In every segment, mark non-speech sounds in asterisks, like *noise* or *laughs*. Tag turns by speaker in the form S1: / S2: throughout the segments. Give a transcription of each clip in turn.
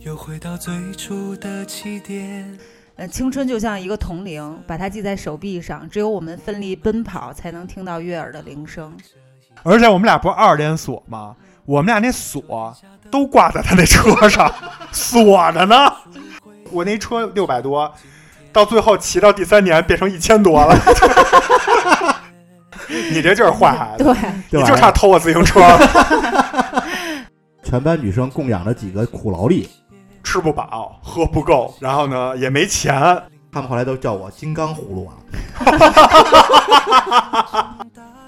S1: 又回到最初的起点。
S2: 呃，青春就像一个铜铃，把它系在手臂上，只有我们奋力奔跑，才能听到悦耳的铃声。
S3: 而且我们俩不是二连锁吗？我们俩那锁都挂在他那车 *laughs* 上，锁着呢。我那车六百多，到最后骑到第三年变成一千多 *laughs* 了。你这就是坏孩子，
S2: 对，
S4: *laughs*
S3: 你就差偷我自行车了，
S4: 全班女生供养着几个苦劳力，
S3: 吃不饱，喝不够，然后呢也没钱。
S4: 他们后来都叫我金刚葫芦娃、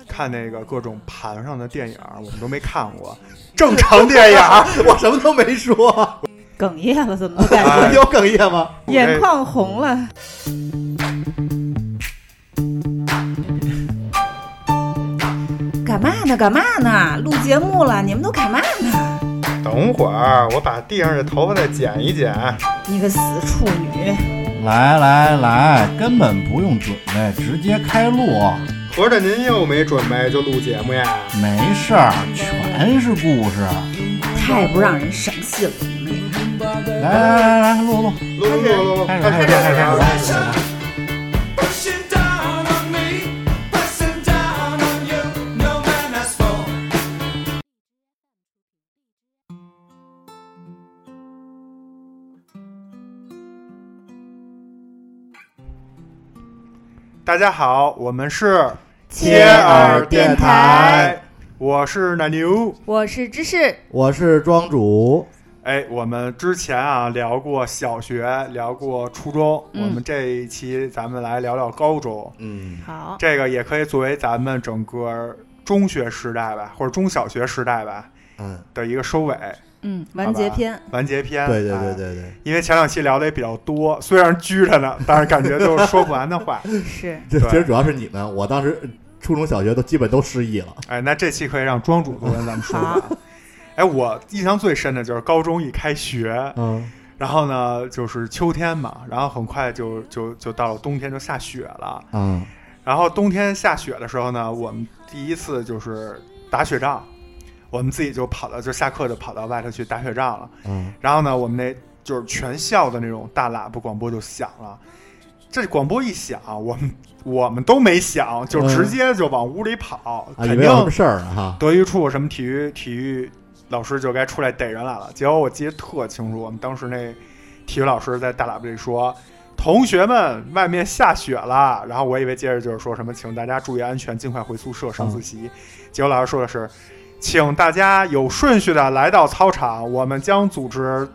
S3: 看那个各种盘上的电影，我们都没看过。正常电影，
S4: *laughs* 我什么都没说，
S2: 哽咽了，怎么都感
S3: 哎
S2: 觉
S4: 有哽咽吗？
S2: 眼眶红了。干嘛呢？干嘛呢？录节目了，你们都干嘛呢？
S3: *laughs* 等会儿我把地上的头发再剪一剪。
S2: 你个死处女！
S5: 来来来，根本不用准备，直接开录，
S3: 合着您又没准备就录节目呀？
S5: 没事儿，全是故事。
S2: 太不让人省心了，你们。
S5: 来来来来，录录，
S3: 录录录录，
S5: 开
S4: 哦
S5: 始开始开始开始。
S1: Pushing down on me, pressing down on you, no man has fallen.
S3: 大家好，我们是
S2: 切
S4: 尔电台，
S3: 我是奶牛。
S2: 我是芝士，
S4: 我是庄主，
S3: 哎，我们之前啊聊过小学，聊过初中，
S2: 嗯
S3: 我们这一期咱们来聊聊高中，
S4: 嗯，
S2: 好，
S3: 这个也可以作为咱们整个中学时代吧，或者中小学时代吧
S4: 嗯，
S3: 的一个收尾
S2: 嗯，完结篇，
S3: 完结篇。
S4: 对对
S3: 哎
S4: 对对对，
S3: 因为前两期聊的也比较多，虽然拘着呢，但是感觉都是说不完的话。
S2: 是
S4: 这
S3: 对
S4: 其实主要是你们，我当时初中小学都基本都失忆了，
S3: 哎，那这期可以让庄主多跟咱们说完。哎，我印象最深的就是高中一开学，
S4: 嗯，
S3: 然后呢就是秋天嘛，然后很快就就就到了冬天，就下雪了。
S4: 嗯，
S3: 然后冬天下雪的时候呢，我们第一次就是打雪仗，我们自己就跑到就下课就跑到外头去打雪仗了。
S4: 嗯，
S3: 然后呢，我们那就是全校的那种大喇叭广播就响了。这广播一响，我们我们都没响，就
S4: 嗯
S3: 直接就往屋里跑，
S4: 啊，以
S3: 肯
S4: 为
S3: 定
S4: 有什么事儿呢哈，
S3: 德育处什么体育体育老师就该出来逮人来了。结果我记得特清楚，我们当时那体育老师在大喇叭里说：“同学们，外面下雪了。”然后我以为接着就是说什么“请大家注意安全，尽快回宿舍上自习”结果老师说的是：“请大家有顺序的来到操场，我们将组织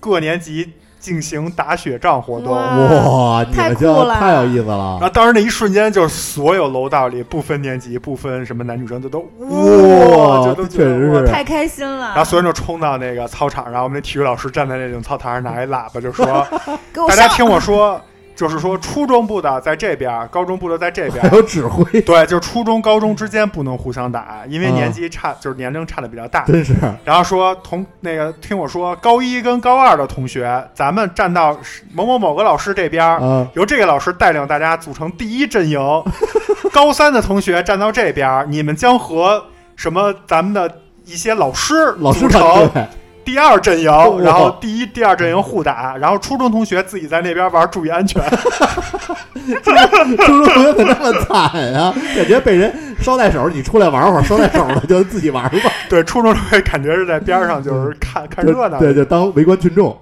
S3: 各年级进行打雪仗活动。”
S2: 哇
S3: 呃
S4: 哇，你
S2: 太
S4: 们
S2: 酷
S4: 就
S2: 了
S4: 太有意思
S3: 然后
S4: 了，
S3: 当时那一瞬间，就是所有楼道里不分年级、不分什么男女生，就都
S4: 哇
S3: 就都觉得
S4: 这确实
S3: 哇
S4: 是
S2: 太开心
S4: 啊
S2: 了。
S3: 然后啊所有人就冲到那个操场，然后我们那体育老师站在那种操场上拿一喇叭就
S4: *laughs*
S3: 说
S2: 给：“我
S3: 大家
S2: 上，
S3: 听我说，就是说初中部的在这边，高中部的在这边
S4: 还。 *laughs* 有指挥，
S3: 对，就是初中、高中之间不能互相打，因为年纪
S4: 嗯
S3: 差，就是年龄差的比较大。
S4: 真是，
S3: 然后说同那个听我说，高一跟高二的同学，咱们站到某某某个老师这边，
S4: 嗯，
S3: 由这个老师带领大家组成第一阵
S4: *laughs*
S3: 营。高三的同学站到这边，你们将和什么咱们的一些老师
S4: 老师
S3: 组成
S4: 团队，
S3: 第二阵营
S4: 哇，
S3: 然后第一、第二阵营互打，然后初中同学自己在那边玩，注意
S4: *laughs*
S3: 安全。
S4: 初中同学怎么那么惨啊？感觉被人捎带手，你出来玩会儿，捎带手了就自己玩
S3: *laughs*
S4: 吧，
S3: 对，初中同学感觉是在边上就是看看
S4: 就
S3: 热闹，
S4: 嗯对，就当围观群众，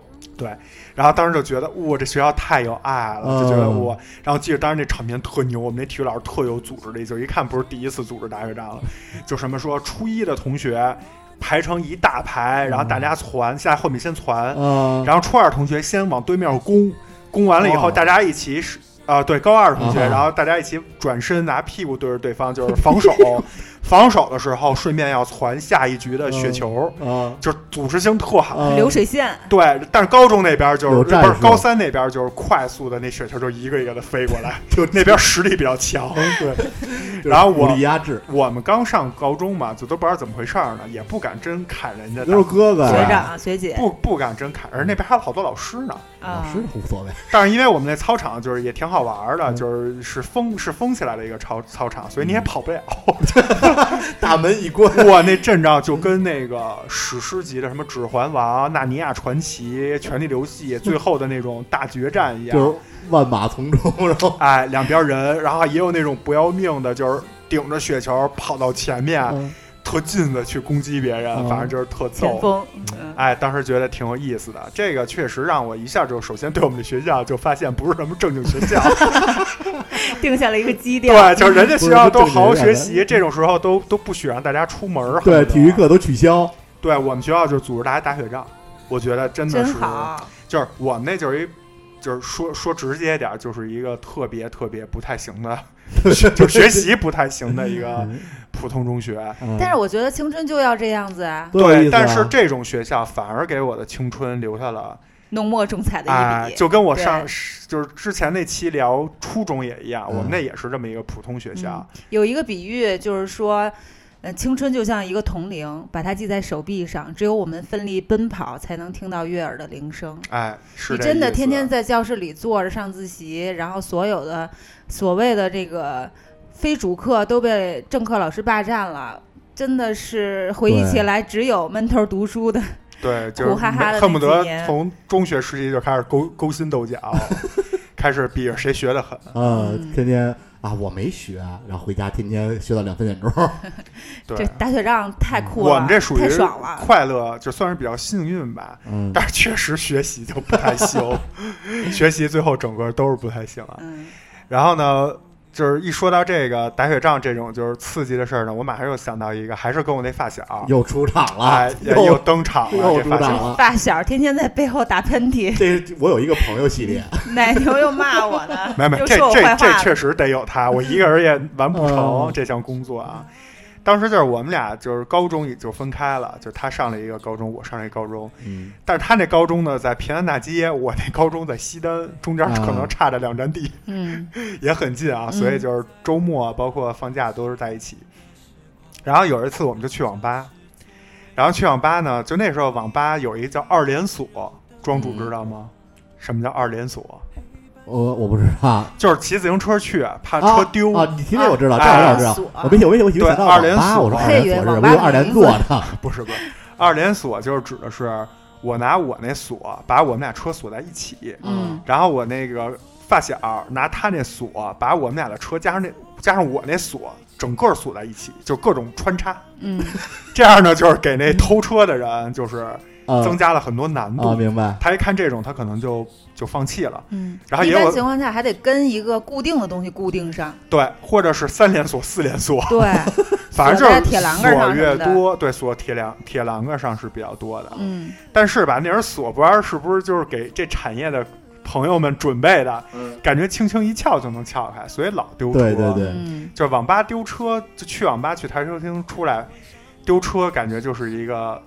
S3: 然后当时就觉得，哇，这学校太有爱了，就觉得
S4: 嗯
S3: 哇。然后记得当时那场面特牛，我们那体育老师特有组织力，就一看不是第一次组织打雪仗了，就什么说初一的同学排成一大排，然后大家传下后面先传，
S4: 嗯，
S3: 然后初二同学先往对面攻，攻完了以后
S4: 哦
S3: 大家一起是。啊、对，高二同学，
S4: 啊
S3: 然后大家一起转身拿屁股对着对方，就是防
S4: *laughs*
S3: 守。防守的时候，顺便要传下一局的雪球，
S4: 啊，
S3: 就是组织性特好。
S4: 嗯
S2: 流水线，
S3: 对，但是高中那边就是
S4: 有
S3: 不
S4: 战
S3: 是
S4: 术
S3: 高三那边就是快速的那雪球就一个一个的飞过来，就那边实力比较强。
S4: 哦
S3: 对，然后我
S4: 武力压制，
S3: 我们刚上高中嘛，就都不知道怎么回事儿呢，也不敢真砍人家
S4: 都是
S3: 打，
S4: 哥哥
S2: 学
S4: 呀，
S2: 长学姐
S3: 不不敢真砍，而那边还有好多老师呢。
S4: 老
S2: 啊
S4: 师，无
S3: *laughs*
S4: 所谓，
S3: 但是因为我们那操场就是也挺好玩儿的，
S4: 嗯
S3: 就是是封是封起来的一个操操场，所以你也跑不了。
S4: 大门一关，
S3: 哇，那阵仗就跟那个史诗级的什么《指环王》《纳尼亚传奇》《权力游戏》最后的那种大决战一样，
S4: 就是万马丛中，然后
S3: 哎，两边人，然后也有那种不要命的，就是顶着雪球跑到前面，
S4: 嗯
S3: 特近的去攻击别人，
S4: 嗯
S3: 反正就是特
S2: 前
S3: 揍。
S2: 锋，嗯，
S3: 哎，当时觉得挺有意思的，这个确实让我一下就首先对我们的学校就发现不是什么正经学校，
S2: 定下了一个基调。
S3: *laughs* 对，就是人家学校
S4: 不
S3: 都
S4: 是什么正经
S3: 好好
S4: 学
S3: 学
S4: 校
S3: 习，这种时候都都不许让大家出门儿。
S4: 对
S3: 恨不得
S4: 体育，课都取消，
S3: 对我们学校就组织大家打雪仗，我觉得真的
S2: 真
S3: 是，
S2: 好，
S3: 就是我们那就是一。就是说说直接一点儿，就是一个特别特别不太行
S4: *laughs*
S3: 的，就学习不太行的一个
S4: 嗯
S3: 普通中学。
S2: 但是我觉得青春就要这样子啊，
S4: 多有意思啊
S3: 但是这种学校反而给我的青春留下了
S2: 浓墨重彩
S3: 啊、
S2: 的一笔。
S3: 就跟我
S2: 对
S3: 上就是之前那期聊初中也一样，
S4: 嗯
S3: 我们那也是这么一个普通学校
S2: 嗯，有一个比喻就是说，呃，青春就像一个铜铃，把它系在手臂上，只有我们奋力奔跑，才能听到悦耳的铃声。
S3: 哎，
S2: 嗯
S3: 是
S2: 你
S3: 这
S2: 真的
S3: 意思
S2: 天天在教室里坐着上自习，然后所有的所谓的这个非主课都被正课老师霸占了。真的是回忆起
S4: 对
S2: 来，只有闷头读书的，
S3: 对，就是
S2: 苦哈哈的
S3: 恨不
S2: 那
S3: 得
S2: 几年
S3: 从中学时期就开始勾勾心斗
S2: *laughs*
S3: 角，开始比着谁学的狠。
S4: 啊
S2: 嗯，
S4: 天天啊我没学，然后回家天天学到两三点钟，
S2: 这
S3: 对，
S2: 打雪仗太酷了，
S3: 我们这属于
S2: 太爽了。
S3: 快乐，就算是比较幸运吧。
S4: 嗯，
S3: 但是确实学习就不太
S2: *laughs*
S3: 行，学习最后整个都是不太行啊。
S2: 嗯，
S3: 然后呢，就是一说到这个打雪仗这种就是刺激的事儿呢，我马上又想到一个，还是跟我那发小，
S4: 又出场了
S3: 哎，，也又
S4: 啊又
S3: 登场了，
S4: 又
S3: 这发
S4: 出场
S3: 小。
S4: 了。
S2: 发小天天在背后打喷嚏，
S4: 这是我有一个朋友系列，
S2: 奶牛又骂我呢，
S3: *laughs* 没没，
S2: 又
S3: 这
S2: 说我坏
S3: 这
S2: 话
S3: 这
S2: 了
S3: 确实得有他，我一个人也完不成
S4: 嗯
S3: 这项工作啊。当时就是我们俩就是高中也就分开了，就是他上了一个高中，我上了一个高中。
S4: 嗯，
S3: 但是他那高中呢在平安大街，我那高中在西单，中间可能
S4: 啊
S3: 差着两站地，
S2: 嗯
S3: 也很近啊。
S2: 嗯
S3: 所以就是周末啊包括放假都是在一起。然后有一次我们就去网吧，然后去网吧呢，就那时候网吧有一个叫二连锁，庄
S2: 嗯
S3: 主知道吗？什么叫二连锁？
S4: 我我不知道，
S3: 就是骑自行车去，怕
S4: 啊
S3: 车丢。
S4: 啊！你提这我知道，这
S3: 哎
S4: 我知道，我没想，我以为
S3: 对
S4: 想到
S3: 二连
S4: 网吧
S3: 锁
S4: 我说
S3: 我
S4: 二
S2: 也以
S4: 连
S2: 为
S4: 锁是
S2: 网
S4: 不
S2: 吧
S4: 是二连坐
S2: 有
S4: 的？
S3: 不是不是，二连锁就是指的是我拿我那锁把我们俩车锁在一起，
S2: 嗯
S3: 然后我那个发小拿他那锁把我们俩的车加上那加上我那锁，整个锁在一起，就各种穿插。
S2: 嗯，
S3: 这样呢，就是给那偷车的人就是增
S4: 啊
S3: 加了很多难
S4: 啊，
S3: 度。
S4: 明白。
S3: 他一看这种，他可能就就放弃了。
S2: 嗯，
S3: *laughs* 然后
S2: 一
S3: 也
S2: 般
S3: 有
S2: 情况下还得跟一个固定的东西固定上，
S3: 对，或者是三连锁、四连锁，
S2: 对，
S3: 反
S2: 锁在
S3: 正就是
S2: 铁栏杆上
S3: 锁
S2: 什
S3: 越
S2: 么的
S3: 多，对，锁铁栏铁栏杆上是比较多的。
S2: 嗯，
S3: *laughs* 但是吧，那人锁不知道是不是就是给这产业的朋友们准备的，感觉轻轻一撬就能撬开，所以老丢车。
S4: 嗯对对对，
S2: 嗯，
S3: 就是网吧丢车，就去网吧去台球厅出来丢车，感觉就是一个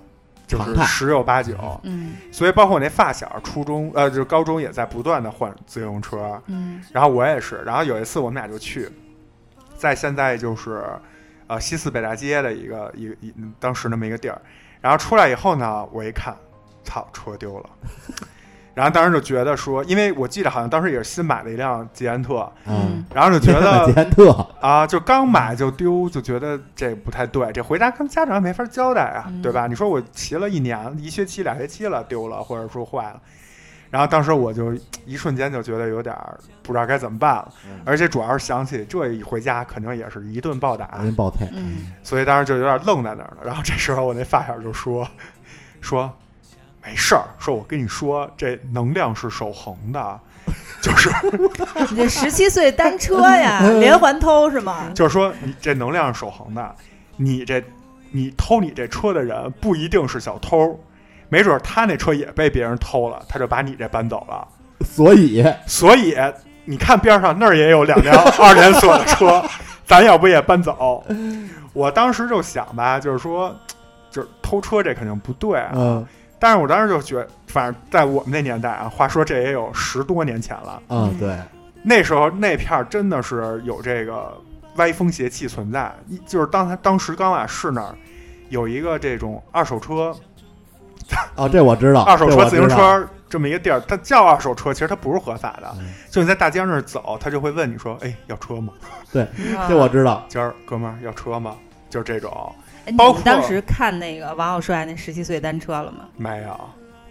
S3: 就
S4: 常
S3: 是
S4: 态
S3: 十有八九。
S2: 嗯
S3: 所以包括我那发小，初中呃就是高中也在不断的换自行车，
S2: 嗯
S3: 然后我也是，然后有一次我们俩就去，在现在就是呃西四北大街的一个一一当时那么一个地儿，然后出来以后呢，我一看，操，车丢了。 *laughs* 然后当时就觉得说，因为我记得好像当时也是新买了一辆捷安特，
S2: 嗯
S4: 嗯，
S3: 然后就觉
S4: 捷 *laughs*
S3: 得
S4: 安特，
S3: 啊，就刚买就丢，就觉得这不太对，这回家跟家长没法交代啊，
S2: 嗯
S3: 对吧？你说我骑了一年，一学期、俩学期了，丢了或者说坏了，然后当时我就一瞬间就觉得有点儿不知道该怎么办了，
S4: 嗯
S3: 而且主要是想起这一回家肯定也是一顿暴打，
S4: 人爆菜，
S2: 嗯，
S3: 所以当时就有点愣在那儿了。然后这时候我那发小就说 *laughs* 说没事儿，说我跟你说，这能量是守恒的，就是
S2: 你这十七岁单车
S3: *laughs*
S2: 呀，
S3: 嗯
S2: 连环偷是 *laughs* 吗？
S3: 就是说，你这能量是守恒的，你这你偷你这车的人不一定是小偷，没准儿他那车也被别人偷了，他就把你这搬走了。
S4: 所以
S3: 所以你看边上那儿也有两辆二连锁的车，咱要不也搬走？我当时就想吧，就是说，就是偷车这肯定不对啊。
S4: 嗯
S3: 但是我当时就觉得，反正在我们那年代啊，话说这也有十多年前了，
S4: 啊对，
S3: 那时候那片儿真的是有这个歪风邪气存在，一就是当他当时刚瓦市那儿有一个这种二手车、
S4: 哦这我知道，
S3: 二手
S4: 这
S3: 车、
S4: 我
S3: 自
S4: 知
S3: 行
S4: 道，
S3: 车这么一个地儿，它叫二手车，其实它不是合法的。
S4: 嗯
S3: 就你在大街上那儿走，他就会问你说：“哎，要车吗？
S4: 这我知道，
S3: 今儿哥们儿要车吗？”就这种
S2: 哎你
S3: 包
S2: 们
S3: 括
S2: 当时看那个王小帅那十七岁单车了吗？
S3: 没有。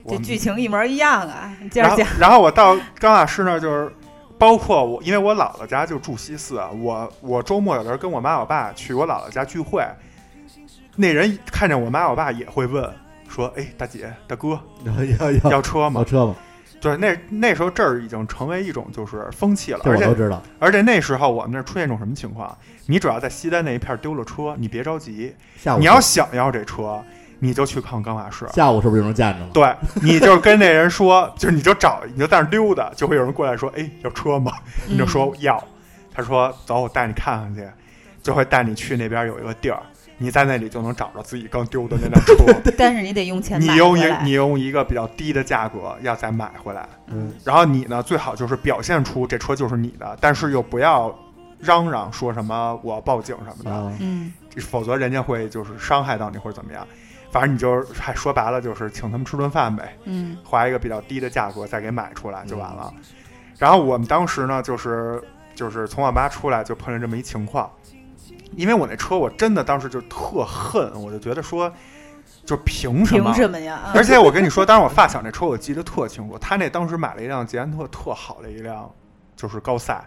S3: 我
S2: 这
S3: 们
S2: 剧情一模一样啊！你接
S3: 然
S2: 着
S3: 后
S2: 讲，
S3: 然后我到张大师那儿就是，包括我，因为我姥姥家就住西四，啊我我周末有时候跟我妈我爸去我姥姥家聚会，那人看见我妈我爸也会问说：“哎，大姐大哥
S4: 要要要
S3: 要车吗
S4: 要车吗？
S3: 对，那那时候这儿已经成为一种就是风气了，
S4: 这
S3: 而
S4: 我都
S3: 且
S4: 知道。
S3: 而且那时候我们那儿出现一种什么情况？你只要在西单那一片丢了车，你别着急，
S4: 下午
S3: 你要想要这车，你就去看刚法啊市。
S4: 下午是不是就能见着了？
S3: 对，你就跟那人说，就是你就找，你就在那儿溜达，就会有人过来说，哎，要车吗？你就
S2: 嗯
S3: 说要。他说走，我带你看看去，就会带你去那边有一个地儿，你在那里就能找着自己刚丢的
S2: *laughs*
S3: 那辆车。
S2: 嗯，但是你得用钱买
S3: 你用
S2: 回
S3: 一
S2: 来
S3: 你用一个比较低的价格要再买回来，
S4: 嗯，
S3: 然后你呢最好就是表现出这车就是你的，但是又不要嚷嚷说什么我要报警什么的，
S4: 啊，
S2: 嗯，
S3: 否则人家会就是伤害到你或者怎么样。反正你就是，还说白了就是请他们吃顿饭呗，
S2: 嗯
S3: 花一个比较低的价格再给买出来就完了。然后我们当时呢，就是就是从我妈出来就碰见这么一情况，因为我那车我真的当时就特恨，我就觉得说，就凭什么？
S2: 凭什么呀？啊
S3: 而且我跟你说，当时我发小那车我记得特清楚，他那当时买了一辆捷安特特好的一辆，就是高赛，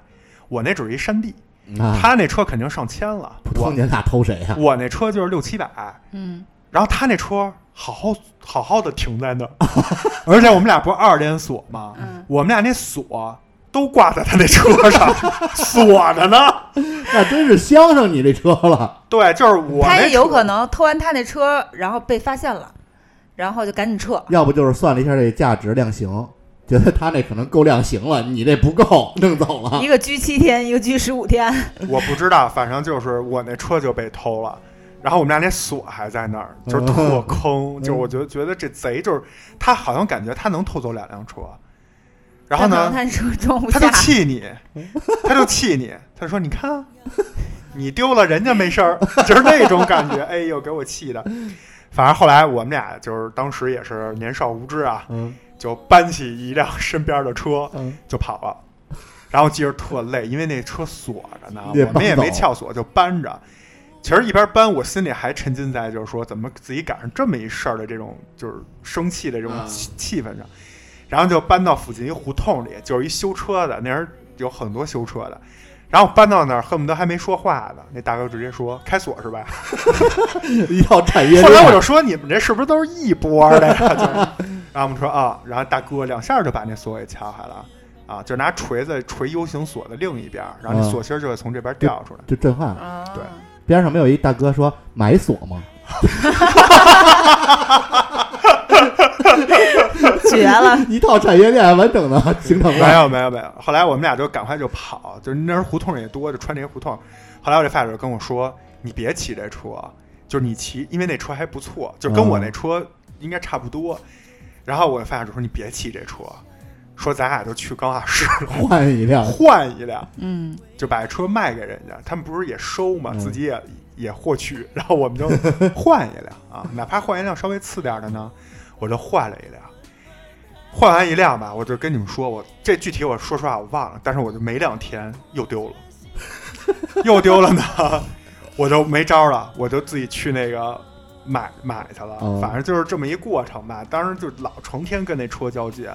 S3: 我那只是一山地，
S4: 啊，
S3: 他那车肯定上千了，
S4: 普
S3: 嗯我
S4: 通年卡偷谁啊呀？
S3: 我那车就是六七百，
S2: 嗯，
S3: 然后他那车好好好好的停在那儿， *laughs* 而且我们俩不是二连锁吗？
S2: 嗯
S3: 我们俩那锁都挂在他那车 *laughs* 上，锁着呢。
S4: *laughs* 那真是镶上你这车
S3: *laughs*
S4: 了。
S3: 对，就是我
S2: 他
S3: 那
S2: 也有可
S3: 能
S2: 能偷完他那车，然后被发现了，然后就赶紧
S3: 啊
S2: 撤。
S4: 要不就是算了一下这价值量刑，觉得他那可能够量刑了，你这不够，弄走了
S2: 一。个拘七天，一个拘十五天。
S3: 我不知道，反正就是我那车就被偷了。然后我们俩那锁还在那儿，就是特坑，
S4: 嗯
S3: 就是我觉得觉得这贼就是他，好像感觉他能偷走两辆车，然后
S2: 他可
S3: 呢
S2: 能，他
S3: *laughs*
S2: 车装不
S3: 他
S2: 下
S3: 就。气你，他就气你，他说：“你看啊，你丢了人家没事儿，就是那种感觉。”哎呦，给我气的。反正后来我们俩就是当时也是年少无知啊，
S4: 嗯
S3: 就搬起一辆身边的车 *laughs*
S4: 嗯，
S3: 就跑了， *laughs* 然后接着特累，因为那车锁着呢，
S4: 也
S3: 我们也
S4: 搬走
S3: 没撬锁，就搬着。其实一边搬，我心里还沉浸在就是说怎么自己赶上这么一事儿的这种就是生气的这种
S4: 啊
S3: 气气氛上，然后就搬到附近一胡同里，就是一修车的，那人有很多修车的。然后搬到那儿，恨不得还没说话呢，那大哥直接说：“开锁是吧？”
S4: 要产业
S3: 后来我
S4: 链
S3: 就说你们这是不是都是一波的呀？ *laughs* 就是然后我们说啊，然后大哥两下就把那锁给撬开了，啊，就拿锤子锤 U 型锁的另一边，然后那
S4: 嗯
S3: 锁芯儿就会从这边掉出来。
S4: 就震撼了。
S2: 啊
S3: 对
S4: 边上没有一大哥说买锁吗？ *laughs*
S2: 绝了！
S3: *laughs*
S4: 一套产业链完整的形成
S3: *laughs* 没
S4: 了。
S3: 有没有没有，后来我们俩就赶快就跑，就是那时候胡同也多，就穿这些胡同。后来我这发小就跟我说：“你别骑这车，就是你骑，因为那车还不错，就跟我那车应该差不多。然后我的发小就说：“你别骑这车，说咱俩就去高雅市
S4: 换一
S3: *laughs*
S4: 辆，
S3: 换一辆。”
S2: 嗯，
S3: 就把车卖给人家，他们不是也收嘛，
S4: 嗯
S3: 自己也也获取，然后我们就换一辆啊， *laughs* 哪怕换一辆稍微次点儿的呢，我就换了一辆。换完一辆吧，我就跟你们说，我这具体我说实话我忘了，但是我就没两天又丢了，又丢了呢， *laughs* 我就没招儿了，我就自己去那个买买去了，
S4: 哦
S3: 反正就是这么一过程吧。当时就老成天跟那车交接，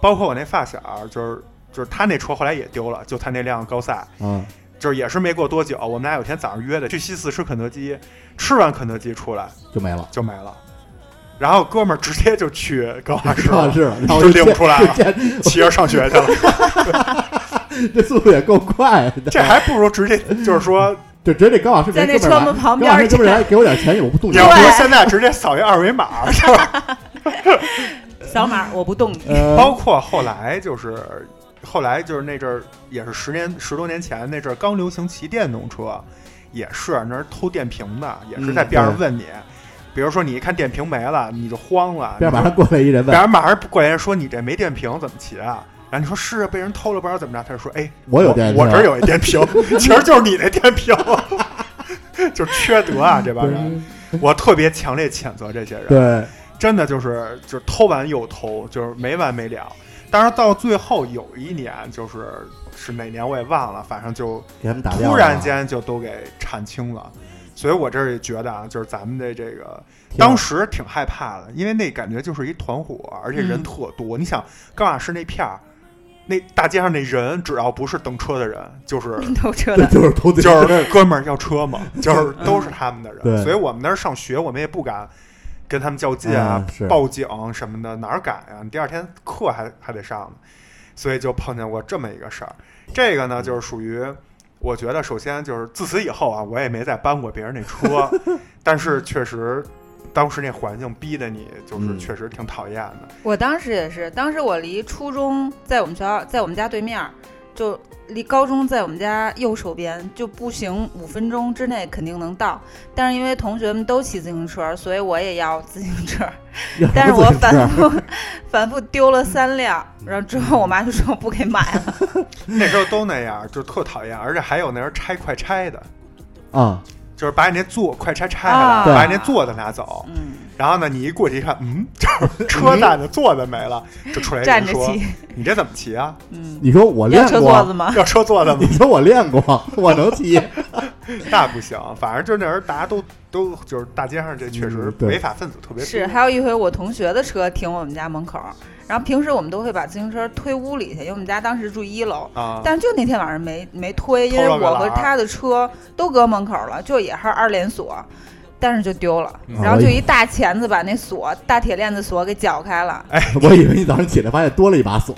S3: 包括我那发小，就是就是他那车后来也丢了，就他那辆高赛，
S4: 嗯，
S3: 就是也是没过多久，我们俩有天早上约的去西四吃肯德基，吃完肯德基出来
S4: 就没了。
S3: 就没了。然后哥们儿直接就去高华市
S4: 啊，
S3: 了，
S4: *laughs* 是，然后
S3: 就
S4: 见
S3: 领出来了
S4: 就见
S3: *laughs* 骑着上学去了。
S4: 这速度也够快的，
S3: 这还不如直接就是说， *laughs*
S4: 就直接这高老师
S2: 在那车门旁边
S4: 高老师这不是还给我点钱，我不动
S3: 你
S4: *laughs* 你。
S3: 要说
S2: 对
S3: 现在直接扫一二维码。
S2: 扫码我不动你。 *laughs*
S4: 呃，
S3: 包括后来就是后来就是那阵儿也是十年十多年前那阵儿刚流行骑电动车，也是那儿偷电瓶的，也是在边上问你，比如说你一看电瓶没了，你就慌了，
S4: 边
S3: 你
S4: 马
S3: 就
S4: 上过来一人
S3: 别
S4: 问
S3: 人马上过来人说你这没电瓶怎么骑啊？然后你说是啊被人偷了，不知道怎么着。他就说：“哎，
S4: 我有电瓶
S3: 我这儿有一电
S4: *laughs*
S3: 瓶，其实就是你那电瓶， *laughs* 就缺德啊！这帮人，我特别强烈谴责这些人。
S4: 对，
S3: 真的就是就是偷完又偷，就是没完没了。当然到最后有一年，就是是哪年我也忘了，反正就
S4: 给他们打掉了。
S3: 突然间就都给铲清了。所以我这儿也觉得啊，就是咱们的这个
S4: 挺
S3: 当时挺害怕的，因为那感觉就是一团伙，而且人
S2: 嗯
S3: 特多。你想高雅市那片儿，那大街上那人，只要不是蹬车的人，
S4: *laughs*
S3: 就是
S2: 头车
S4: 对
S2: 的，
S4: 就是头顶
S3: 就是哥们儿要车嘛，
S4: *laughs*
S3: 就是
S2: 嗯
S3: 都是他们的人。
S4: 对
S3: 所以我们那儿上学，我们也不敢跟他们较劲啊
S4: 嗯、是
S3: 报警什么的，哪儿敢呀、你第二天课还还得上呢，所以就碰见过这么一个事儿。这个呢，就是属于。我觉得，首先就是自此以后啊，我也没再搬过别人那车，但是确实，当时那环境逼得你，就是
S4: 嗯
S3: 确实挺讨厌的。
S2: 我当时也是，当时我离初中在我们学校，在我们家对面儿，就离高中在我们家右手边，就步行五分钟之内肯定能到。但是因为同学们都骑自行车，所以我也要自行车。 *laughs* 但是我反复 *laughs* 反复丢了三辆，
S3: 嗯
S2: 然后之后我妈就说不给买了。
S3: 那时候都那样，就特讨厌，而且还有那人拆快拆的，
S4: 啊，
S3: 就是把你那座快拆拆下来，
S2: 啊
S3: 把你那座子拿走。
S2: 嗯，
S3: 然后呢，你一过去一看，嗯， *laughs* 就是车站的座子没了，就出来一
S2: 站
S3: 人
S2: 着
S3: 说
S2: 骑，：“
S3: 哎你这怎么骑啊？
S2: 嗯，
S4: 你说我练
S2: 要车座子
S4: 过，
S2: 吗？
S3: 要车座子吗
S4: 你说我练过，我
S3: *laughs*
S4: 能骑，
S3: 那不行。”反正就是那人，大家都都就是大街上这确实
S4: 嗯对
S3: 违法分子特别多。
S2: 是，还有一回我同学的车停我们家门口儿，然后平时我们都会把自行车推屋里去，因为我们家当时住一楼。
S3: 啊，
S2: 但就那天晚上没没推，因为
S3: 偷了个
S2: 我和
S3: 懒儿
S2: 他的车都搁门口了，就也是二连锁，但是就丢了，
S3: 嗯
S2: 然后就一大钳子把那锁大铁链子锁给绞开了，
S4: 我以为你早上起来发现多了一把锁，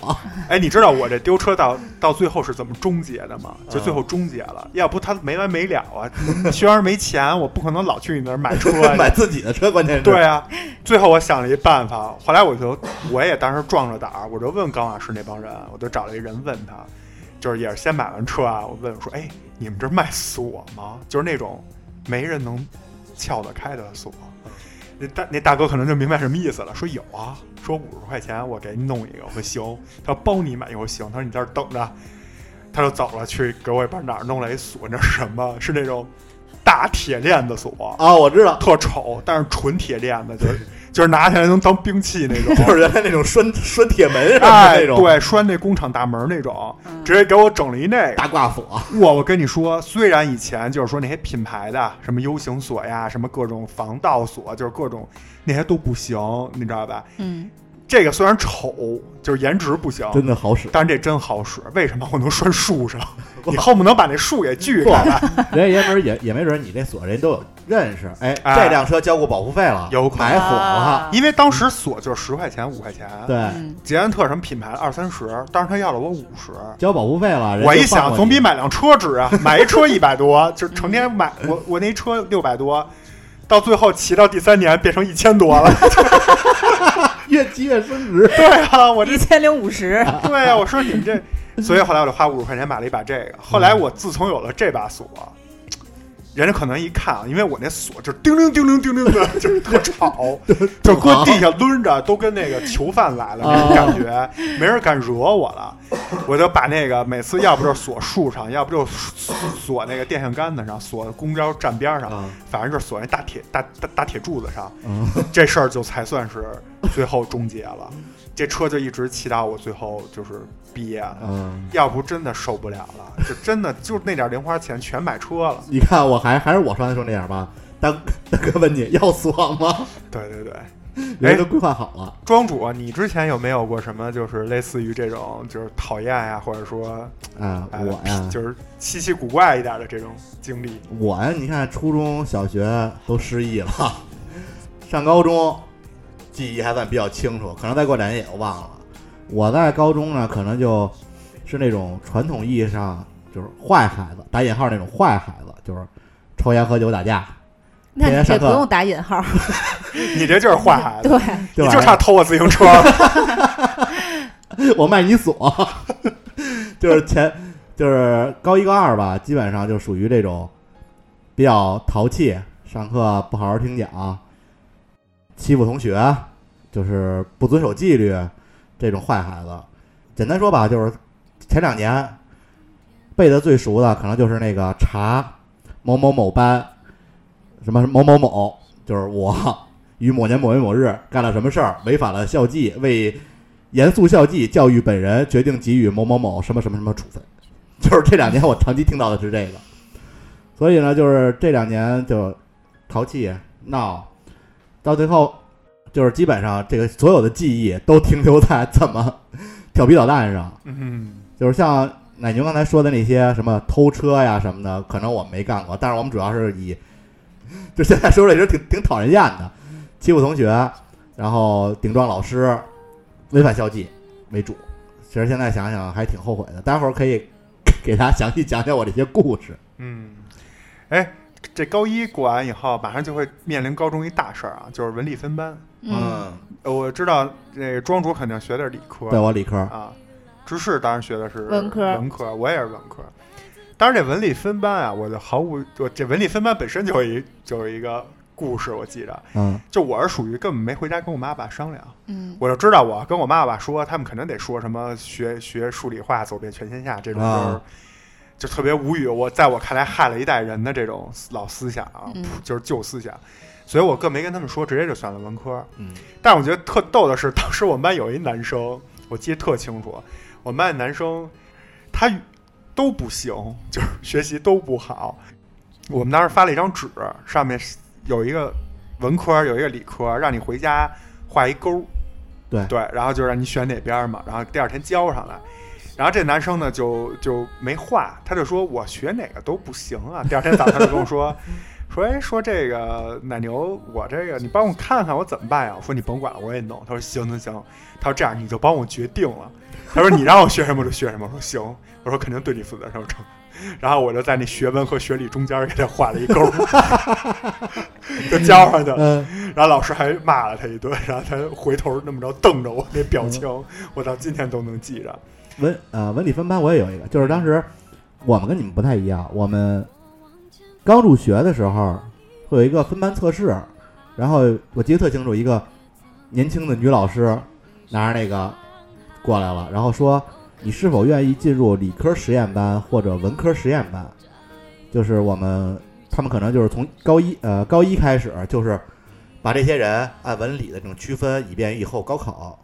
S3: 哎，你知道我这丢车到到最后是怎么终结的吗？就最后终结了，要不他没完没了啊！ *laughs* 虽然没钱，我不可能老去你那儿买车
S4: *laughs*
S3: 呀。
S4: 买自己的车，关键是
S3: 对啊，最后我想了一办法，后来我就我也当时壮着胆儿，我就问高老师那帮人，我就找了一人问他，就是也是先买完车啊，我问我说，哎，你们这儿卖锁吗？就是那种没人能撬得开的锁。那大那大哥可能就明白什么意思了，说有啊，说五十块钱我给你弄一个，我说行，他说包你买一个，我说行，他说你在这儿等着，他就走了，去给我也不知道哪儿弄了一锁，那是什么？是那种大铁链子锁
S4: 啊，我知道，
S3: 特丑，但是纯铁链子，就是就是拿起来能当兵器那种，
S4: 就是 *laughs* 原来那种拴拴铁门什么的
S3: 哎，
S4: 那种，，
S3: 对，拴那工厂大门那种，
S2: 嗯
S3: 直接给我整了一那个。
S4: 大挂锁，
S3: 哇，我跟你说，虽然以前就是说那些品牌的什么 U 型锁呀，什么各种防盗锁，就是各种那些都不行，你知道吧？
S2: 嗯，
S3: 这个虽然丑，就是颜值不行，
S4: 真的好使。
S3: 但是这真好使。为什么我能拴树上？你恨不能把那树给锯开吧？
S4: 人家爷们儿也也没准你这锁人都有认识，哎，
S3: 哎
S4: 这辆车交过保护费了，
S3: 有可能
S4: 买锁了，
S3: 因为当时锁就是十块钱、五块钱，
S4: 对，
S2: 啊嗯，
S3: 捷安特什么品牌二三十，当时他要了我五十，
S4: 交保护费了。人
S3: 我一
S4: 就放
S3: 想，
S4: 过
S3: 总
S4: 你
S3: 比买辆车值
S4: *laughs*
S3: 啊！买一车一百多，就是成天买我我那车六百多，到最后骑到第三年变成一千多了。 *laughs*
S4: 越积越升值，
S3: 对啊，我这
S2: 一千零五十，
S3: *laughs* 对啊，我说你们这，所以后来我就花五十块钱买了一把这个。后来我自从有了这把锁，人家可能一看啊，因为我那锁就是叮铃叮铃叮铃的，就是特吵，就是搁地下抡着，都跟那个囚犯来了那种感觉，没人敢惹我了。我就把那个每次要不就是锁树上，要不就锁锁那个电线杆子上，锁公交站边上
S4: 啊，
S3: 反正就是锁那大铁大大大铁柱子上，这事儿就才算是最后终结了。
S4: 嗯
S3: 这车就一直骑到我最后就是毕业了，
S4: 嗯。
S3: 要不真的受不了了，就真的就那点零花钱全买车了。
S4: 你看，我还还是我上来说那样吧。大大哥问你要锁吗？
S3: 对对对，
S4: 人家都规划好了。
S3: 庄主，你之前有没有过什么就是类似于这种就是讨厌呀，或者说
S4: 啊、
S3: 哎
S4: 我
S3: *laughs*
S4: 呀，
S3: 就是稀奇古怪一点的这种经
S4: *laughs*
S3: 历？
S4: 我呀，你看初中小学都失忆了， *laughs* 上高中记忆还算比较清楚，可能再过两年也忘了。我在高中呢，可能就是那种传统意义上就是坏孩子，打引号那种坏孩子，就是抽烟喝酒打架，
S2: 那
S4: 天
S2: 你
S4: 天上
S2: 这不
S4: 课
S2: 用打引号儿，
S3: 你这就是坏孩子，
S2: *laughs* 对，
S4: 对
S3: 你
S4: 吧？
S3: 就差偷我自行车了。
S4: 我卖你锁， *laughs* 就是前就是高一高二吧，基本上就属于这种比较淘气，上课不好好听讲，欺负同学，就是不遵守纪律这种坏孩子。简单说吧，就是前两年背的最熟的，可能就是那个查某某某班，什么某某某，就是我 *laughs* 于某年某月某日干了什么事儿，违反了校纪，为严肃校纪教育本人， *laughs* 决定给予某某某什么什么什么处分。就是这两年我长期听到的是这个，所以呢，就是这两年就淘气闹，到最后就是基本上这个所有的记忆都停留在怎么调皮捣蛋上，
S3: 嗯，
S4: 就是像奶牛刚才说的那些什么偷车呀什么的，可能我们没干过，但是我们主要是以，就现在说出来也是挺挺讨人厌的，欺负同学，然后顶撞老师，违反校纪为主。其实现在想想还挺后悔的，待会儿可以 *laughs* 给大家详细讲讲我这些故事。
S3: 嗯，哎，这高一过完以后，马上就会面临高中一大事儿啊，就是文理分班。
S2: 嗯，
S3: 呃我知道这个庄主肯定学的是理科，
S4: 对我理科，
S3: 啊，知识当然学的是
S2: 文科
S3: 文科我也是文科。当然，这文理分班啊，我就毫无我这文理分班本身就有一就有一个故事，我记着，
S4: 嗯
S3: 就我是属于根本没回家跟我妈爸商量，
S2: 嗯
S3: 我就知道我跟我妈爸说，他们肯定得说什么学学数理化走遍全天下这种，就是、
S4: 啊
S3: 就特别无语。我在我看来害了一代人的这种老思想啊，
S2: 嗯
S3: 就是旧思想，所以我更没跟他们说，直接就选了文科。
S4: 嗯
S3: 但我觉得特逗的是，当时我们班有一男生，我记得特清楚，我们班的男生他都不行，就是学习都不好。我们当时发了一张纸，上面是有一个文科，有一个理科，让你回家画一勾。
S4: 对
S3: 对，然后就让你选哪边嘛，然后第二天交上来。然后这男生呢就就没画，他就说我学哪个都不行啊。 *laughs* 第二天早上就跟我说说，哎，说这个奶牛，我这个你帮我看看我怎么办啊呀？我说你甭管了，我也弄。他说行行行，他说这样你就帮我决定了。他说你让我学什么我就学什么。我说行，我说肯定对你负责任。我说 *laughs* 然后我就在那学文和学理中间给他画了一勾， *laughs* 就交上去了。
S4: 嗯，
S3: 然后老师还骂了他一顿，然后他回头那么着瞪着我那表情，我到今天都能记着。
S4: 文呃文理分班我也有一个，就是当时我们跟你们不太一样，我们刚入学的时候会有一个分班测试，然后我记得特清楚，一个年轻的女老师拿着那个过来了，然后说你是否愿意进入理科实验班或者文科实验班？就是我们他们可能就是从高一呃高一开始就是把这些人按文理的这种区分，以便于以后高考。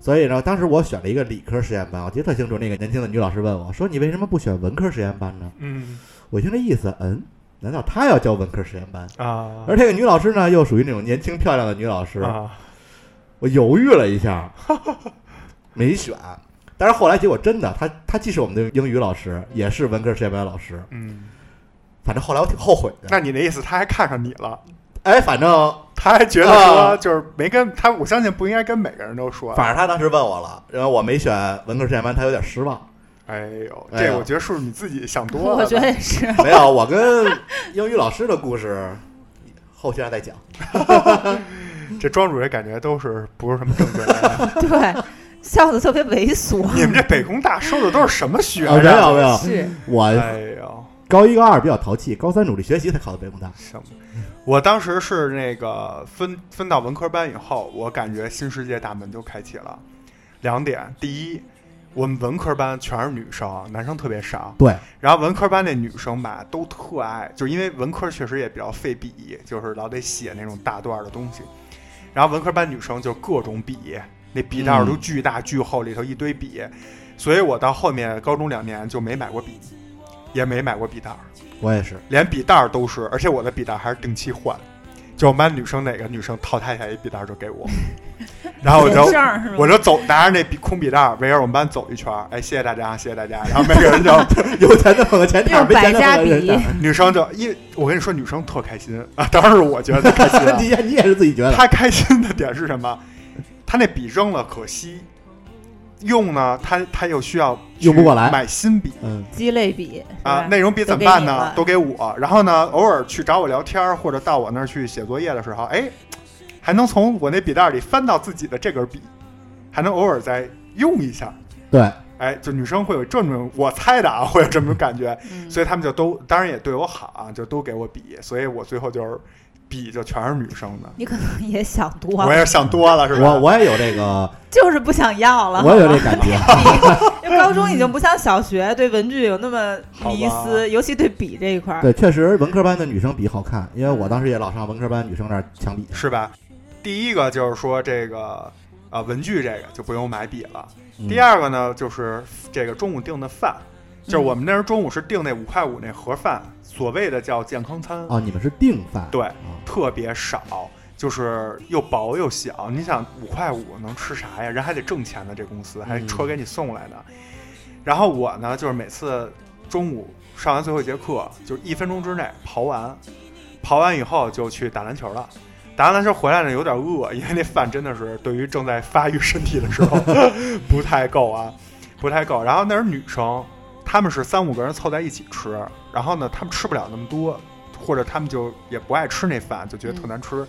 S4: 所以呢，当时我选了一个理科实验班，我记得特清楚。那个年轻的女老师问我说：“你为什么不选文科实验班呢
S3: 嗯？”
S4: 我一听这意思，嗯，难道她要教文科实验班？
S3: 啊
S4: 而这个女老师呢，又属于那种年轻漂亮的女老师，
S3: 啊，
S4: 我犹豫了一下，没选。但是后来结果真的，她她既是我们的英语老师，也是文科实验班的老师。
S3: 嗯，
S4: 反正后来我挺后悔的。
S3: 那你的意思他还看上你了，
S4: 哎，反正
S3: 他还觉得说
S4: 啊
S3: 就是没跟他，我相信不应该跟每个人都说。
S4: 反正她当时问我了，然后我没选文科实验班，她有点失望。
S3: 哎呦，
S4: 哎
S3: 这
S4: 呦
S3: 我觉得是你自己想多了。
S2: 我觉得也是。
S4: 没有，我跟英语老师的故事后续再讲。
S3: 这庄主这感觉都是不是什么正经
S4: *laughs*
S2: *laughs*
S3: 人。
S2: 对，笑的特别猥琐。
S3: 你们这北工大收的都是什么学
S4: 啊，
S3: 生？
S4: 没有没
S2: *laughs*
S4: 有，
S3: *laughs*
S2: 是，
S4: 我
S3: 哎呦，
S4: 高一高二比较淘气，高三努力学习才考到北工大。
S3: 什么？我当时是那个分分到文科班以后，我感觉新世界大门就开启了。两点，第一，我们文科班全是女生，男生特别少。
S4: 对，
S3: 然后文科班那女生吧，都特爱，就是因为文科确实也比较费笔，就是老得写那种大段儿的东西。然后文科班女生就各种笔，那笔袋儿都巨大巨厚，里头一堆笔。所以我到后面高中两年就没买过笔，也没买过笔袋儿。
S4: 我也是， *laughs*
S3: 连笔袋儿都是，而且我的笔袋儿还是定期换，就我们班女生哪个女生淘汰下一笔袋儿就给 *laughs* 我，然后我就
S2: 这样是
S3: 我
S2: 吗？
S3: 就走拿着那笔空笔袋儿围着我们班走一圈儿，哎，谢谢大家，谢谢大家，然后每个人就
S4: 有钱的捧个钱场，
S2: *laughs* 用
S4: 没
S2: 百
S4: 钱的
S2: 家
S4: 捧个
S2: 笔
S4: 人，
S3: 女生就一，我跟你说女生特开心 *laughs* 啊，当然是我觉得开心、
S4: 场。
S3: 啊，
S4: *laughs* *laughs* 你也你也是自己觉得，
S3: 她开心的点是什么？她那笔扔了可惜，用呢她她又需要去
S4: 用不过来
S3: 买新笔，
S4: 嗯，
S2: 鸡肋笔是
S3: *laughs* 啊
S2: 吧，
S3: 那种笔怎么
S2: 都给
S3: 办
S2: 你
S3: 呢
S2: 了？
S3: 都给我。然后呢，偶尔去找我聊天儿，或者到我那儿去写作业的时候，哎，还能从我那笔袋里翻到自己的这根笔，还能偶尔再用一下。
S4: 对，
S3: 哎，就女生会有这种，我猜的啊，会有这么感觉，
S2: 嗯
S3: 所以他们就都，当然也对我好啊，就都给我笔，所以我最后就是笔就全是女生的，
S2: 你可能也想多
S3: 我
S2: 了，
S3: 也是想多了是吧？
S4: 我我也有这个，
S2: 就是不想要了。
S4: 我也有这感觉。 *laughs*
S2: 因为高中已经不像小学对文具有那么迷
S3: 好吧
S2: 思，尤其对笔这一块儿。
S4: 对，确实文科班的女生比好看，因为我当时也老上文科班女生那儿抢笔。
S3: 是吧？第一个就是说这个呃文具这个就不用买笔了。
S4: 嗯
S3: 第，二个呢，就是这个中午订的饭，就是我们那时候中午是订那五块五那盒饭，所谓的叫健康餐，
S4: 哦，你们是订饭，
S3: 对
S4: 啊，
S3: 特别少，就是又薄又小。你想五块五能吃啥呀？人还得挣钱呢，这公司还
S4: 嗯
S3: 车给你送来呢。然后我呢，就是每次中午上完最后一节课，就是一分钟之内刨完，刨完以后就去打篮球了。打完篮球回来呢，有点饿，因为那饭真的是对于正在发育身体的时候不太够啊，不太够。然后那是女生，她们是三五个人凑在一起吃，然后呢，她们吃不了那么多，或者她们就也不爱吃那饭，就觉得特难吃。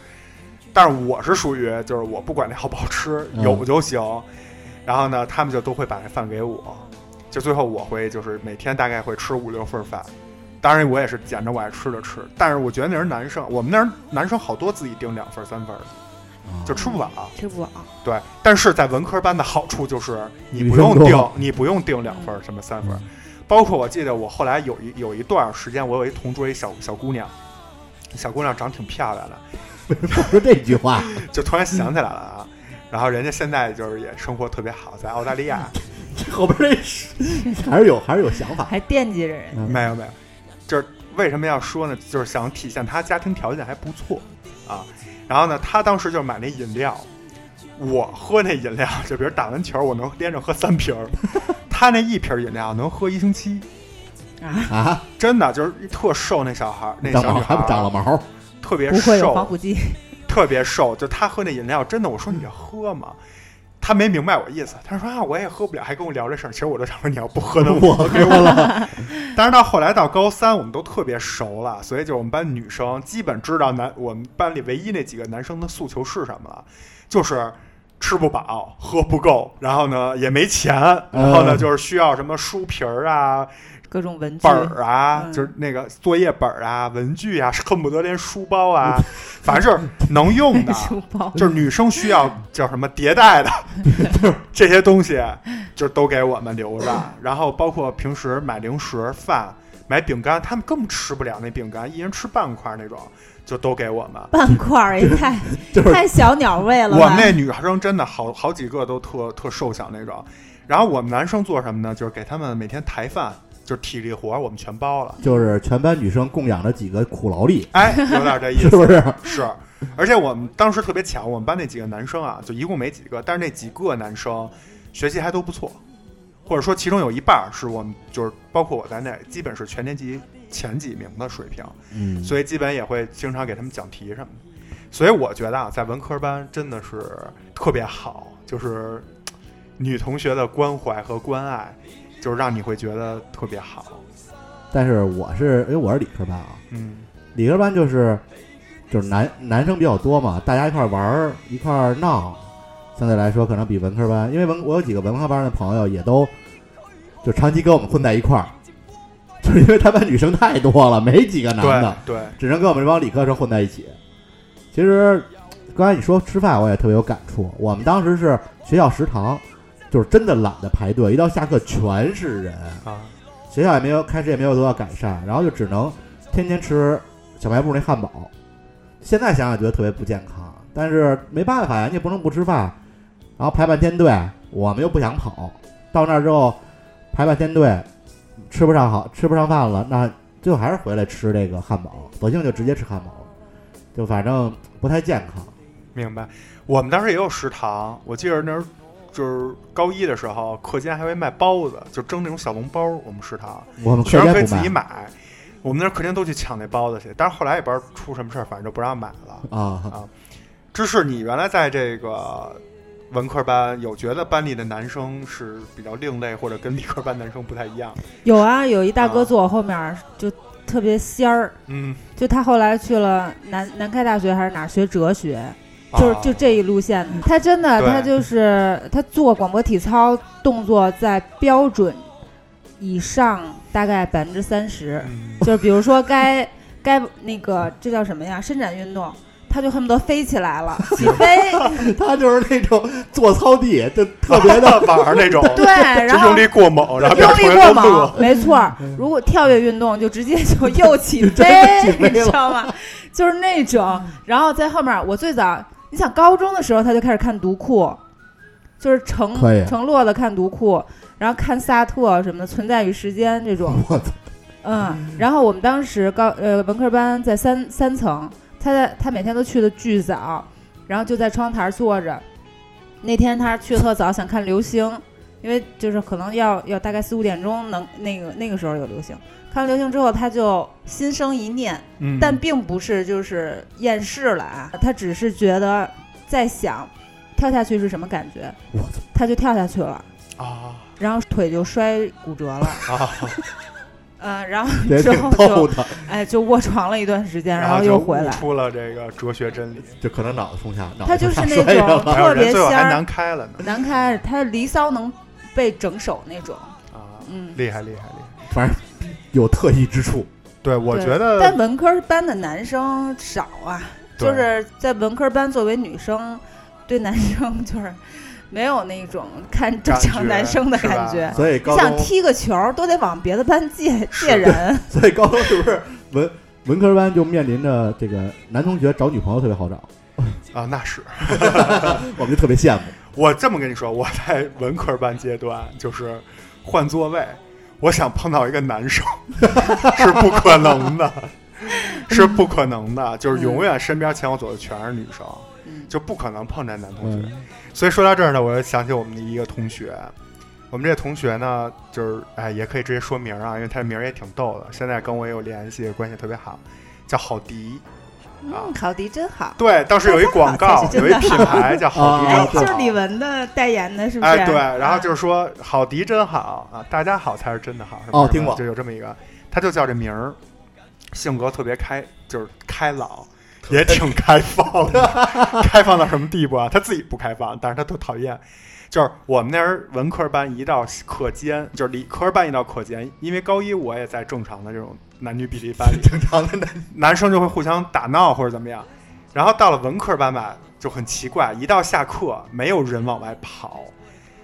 S3: 但是我是属于就是我不管那好不好吃，
S4: 嗯
S3: 有就行。然后呢，她们就都会把那饭给我，就最后我会就是每天大概会吃五六份饭。当然，我也是捡着我爱吃的吃，但是我觉得那是男生，我们那儿男生好多自己订两份儿三份儿的，
S4: 啊
S3: 就吃不饱。啊
S2: 吃不饱。
S3: 对，但是在文科班的好处就是你
S4: 女
S3: 不
S4: 生
S3: 用嗯
S4: 多
S3: 订，你不用订两份儿什么三份儿，包括我记得我后来有一有一段时间，我有一同桌一小小姑娘，小姑娘长挺漂亮的，
S4: *laughs* 说这
S3: *laughs*
S4: 句话，
S3: 就突然
S4: 嗯
S3: 想起来了啊。然后人家现在就是也生活特别好，在澳大利亚，
S4: 嗯后边这是还是有还是有想法，
S2: 还惦记着人，
S3: *laughs*
S4: 嗯
S3: 没有没有，就是为什么要说呢？就是想体现她家庭条件还不错啊。然后呢，她当时就买那饮料，我喝那饮料，就比如打完球我能连着喝三瓶
S4: *laughs*
S3: 儿，她那一瓶儿饮料能喝一星期，
S4: 啊，
S3: 真的就是特瘦那小孩儿，那
S4: 长
S3: 小
S4: 毛
S3: 女孩
S4: 还不长了
S3: *laughs* 儿啊
S4: 毛，
S3: 特别
S2: 不会有防
S3: 瘦，
S2: 腐剂， *laughs*
S3: 特别瘦，就她喝那饮料，真的，我说你这喝吗？她没明白我意思，她说啊，我也喝不了，还跟我聊这事儿。其实我就想说，你要不喝能
S4: *laughs* 我
S3: 给我了。但是到后来到高三，我们都特别熟了，所以就是我们班女生基本知道男我们班里唯一那几个男生的诉求是什么了，就是吃不饱、喝不够，然后呢也没钱，然后呢
S4: 嗯
S3: 就是需要什么书皮儿啊、
S2: 各种
S3: *laughs*
S2: 文具
S3: 本，儿啊，
S2: 嗯。
S3: 就是那个作业本儿啊、文具啊，恨不得连书包啊， *laughs* 反正就是能用的
S2: 书包，
S3: 就是女生需要叫什么迭代的 *laughs* 这些东西，就都给我们留着。然后包括平时买零食、饭、买饼干，他们更吃不了那饼干，一人吃半块那种，就都给我们。
S6: 半块
S3: *laughs*
S6: 儿也太
S4: 就是
S6: 太小鸟胃了
S3: 我
S6: 吧？
S3: 们那女生真的好好几个都特特瘦小那种。然后我们男生做什么呢？就是给他们每天抬饭，就是体力活儿我们全包了。
S4: *laughs* 就是全班女生供养着几个苦劳力，
S3: 哎，有点这意
S4: *laughs* 是
S3: 思。
S4: 不是？
S3: 是，而且我们当时特别巧，我们班那几个男生啊，就一共没几个，但是那几个男生学习还都不错，或者说其中有一半儿是我们就是包括我在内，基本是全年级前几名的水平，
S4: 嗯，
S3: 所以基本也会经常给他们讲题什么的。所以我觉得啊，在文科班真的是特别好，就是女同学的关怀和关爱，就是让你会觉得特别好。
S4: 但是我是因为我是理科班啊，
S3: 嗯，
S4: 理科班就是就是男男生比较多嘛，大家一块儿玩儿一块儿闹，相对来说可能比文科班，因为文我有几个文科班的朋友也都就长期跟我们混在一块儿， *laughs* 就是因为他班女生太多了，没几个男
S3: 对
S4: 的，
S3: 对，
S4: 只能跟我们这帮理科生混在一起。其实刚才你说吃饭，我也特别有感触。我们当时是学校食堂，就是真的懒得排队，一到下课全是人。
S3: 啊，
S4: 学校也没有开始也没有多大改善，然后就只能天天吃小卖部那汉堡。现在想想觉得特别不健康，但是没办法呀，你也不能不吃饭，然后排半天队，我们又不想跑，到那儿之后排半天队，吃不上好吃不上饭了，那最后还是回来吃这个汉堡，索性就直接吃汉堡了，就反正不太健康。
S3: 明白。我们当时也有食堂，我记得那儿就是高一的时候，课间还会卖包子，就蒸那种小笼包。我们食
S6: 哦
S3: 堂
S4: 我们
S3: 学
S4: 课
S3: 生可以
S4: 间不
S3: 自己
S4: *laughs* 卖
S3: 买，我们那儿课间都去抢那包子去。但是后来也不知道出什么事儿，反正就不让买了。
S4: 啊，
S3: 芝士，你原来在这个文科班有觉得班里的男生是比较另类，或者跟理科班男生不太一样？
S6: 有啊，有一大
S3: 啊
S6: 哥坐我后面儿就特别仙儿，
S3: 嗯，
S6: 就他后来去了南南开大学还是哪儿学哲学，就是
S3: 啊
S6: 就这一路线的。他真的
S3: 对
S6: 他就是他做广播体操动作在标准以上大概百分之三
S3: *laughs*
S6: 十，
S3: 嗯
S6: 就是比如说该该那个这叫什么呀？伸展运动，他就恨不得飞起来了，起飞，
S4: *laughs* *laughs* 他就是那种做操地，就特别的
S3: *laughs* 玩儿那种，
S6: 对，
S3: 就
S6: 然后
S3: 用力过猛，然后
S6: 用
S3: 让同
S6: 力
S3: 学
S6: 过
S3: 都乐。
S6: 猛，没错儿。如果跳跃运动，就直接就又起
S4: 真的起
S6: 飞，
S4: 飞
S6: 你知道吗？就是那种。然后在后面，我最早，你想高中的时候他就开始看读库，就是承
S4: 可以
S6: 承诺的看读库，然后看萨特什么的，《存在与时间》这种。
S4: 我操，
S6: 嗯，然后我们当时高呃文科班在三三层，他在他每天都去的巨早，然后就在窗台坐着。那天他去得特早，想看流星，因为就是可能要要大概四五点钟能那个那个时候有流星。看完流星之后，他就
S2: 心生一念，
S3: 嗯，
S2: 但并不是就是厌世了啊。
S6: 他只是觉得在想跳下去是什么感觉，
S4: 我操，
S6: 他就跳下去了，
S3: 啊
S6: 然后腿就摔骨折了，
S3: 啊，
S6: 嗯，然后
S4: 也
S6: 之
S4: 挺
S6: 后
S4: *laughs* 逗
S6: 就
S4: 的，
S6: 哎就卧床了一段时间，然
S3: 后
S6: 后
S3: 就
S6: 又回来
S3: 悟。出了这个哲学真理，
S4: 就可能脑子冲下，脑
S6: 他
S4: 子
S6: 就
S4: 冲
S6: 是那
S4: 下摔上
S6: 种
S4: 了。
S3: 还有
S6: 特
S3: 人
S6: 别
S3: 最后还
S6: 仙
S3: 难
S6: 儿，
S3: 开了呢
S2: 南开他的离骚能被整首那种，
S3: 啊，
S2: 嗯。
S3: 厉害厉害厉害！
S4: 有特异之处，
S3: 对，我
S6: 对
S3: 觉得
S2: 但文科班的男生少啊，
S3: 对
S2: 就是在文科班作为女生，对男生就是没有那种看正常男生的感觉。
S3: 是吧
S4: 所以
S2: 你
S4: 高
S2: 想
S4: 中，
S2: 呃踢个球儿都得往别的班借
S3: 是
S2: 借
S3: *laughs*
S2: 人，
S4: 所以高中是不是文文科班就面临着这个男同学找女朋友特别好找，
S3: 啊，那是
S4: 我们就特别羡慕。
S3: 我这么跟你说，我在文科班阶段就是换座位，我想碰到一个男生 *laughs* 是不可能的，是不可能的，就是永远身边前后左右全是女生，
S2: 嗯
S3: 就不可能碰见男同学。
S4: 嗯，
S3: 所以说到这儿呢，我又想起我们的一个同学，我们这同学呢，就是哎，也可以直接说名啊，因为他的名儿也挺逗的，现在跟我也有联系，关系特别好，叫郝迪。啊
S2: 嗯，考迪真好，
S3: 对，当时有一广告，
S2: 哎这
S3: 有
S2: 么
S3: 一
S2: 好才哦是
S3: 品
S2: 真的
S3: 牌叫郝迪
S4: 啊
S3: 真
S4: 哎
S3: 好，
S6: 就是李玟的代言的，是不是？啊
S3: 哎，对，然
S2: 啊
S3: 后就是说好迪真好啊，大家好才是真的好，是吧？
S4: 哦听过
S3: 就有这么一个，他就叫这名儿，性格特别开，就是开朗，也挺开放的， *laughs* 开放到什么地步啊？他自己不开放，但是他特讨厌。就是我们那儿文科班一到课间，就是理科班一到课间，因为高一我也在正常的这种男女比例
S4: *laughs*
S3: 班里，
S4: 正常的男
S3: 男生就会互相打闹或者怎么样。然后到了文科班吧，就很奇怪，一到下课没有人往外跑，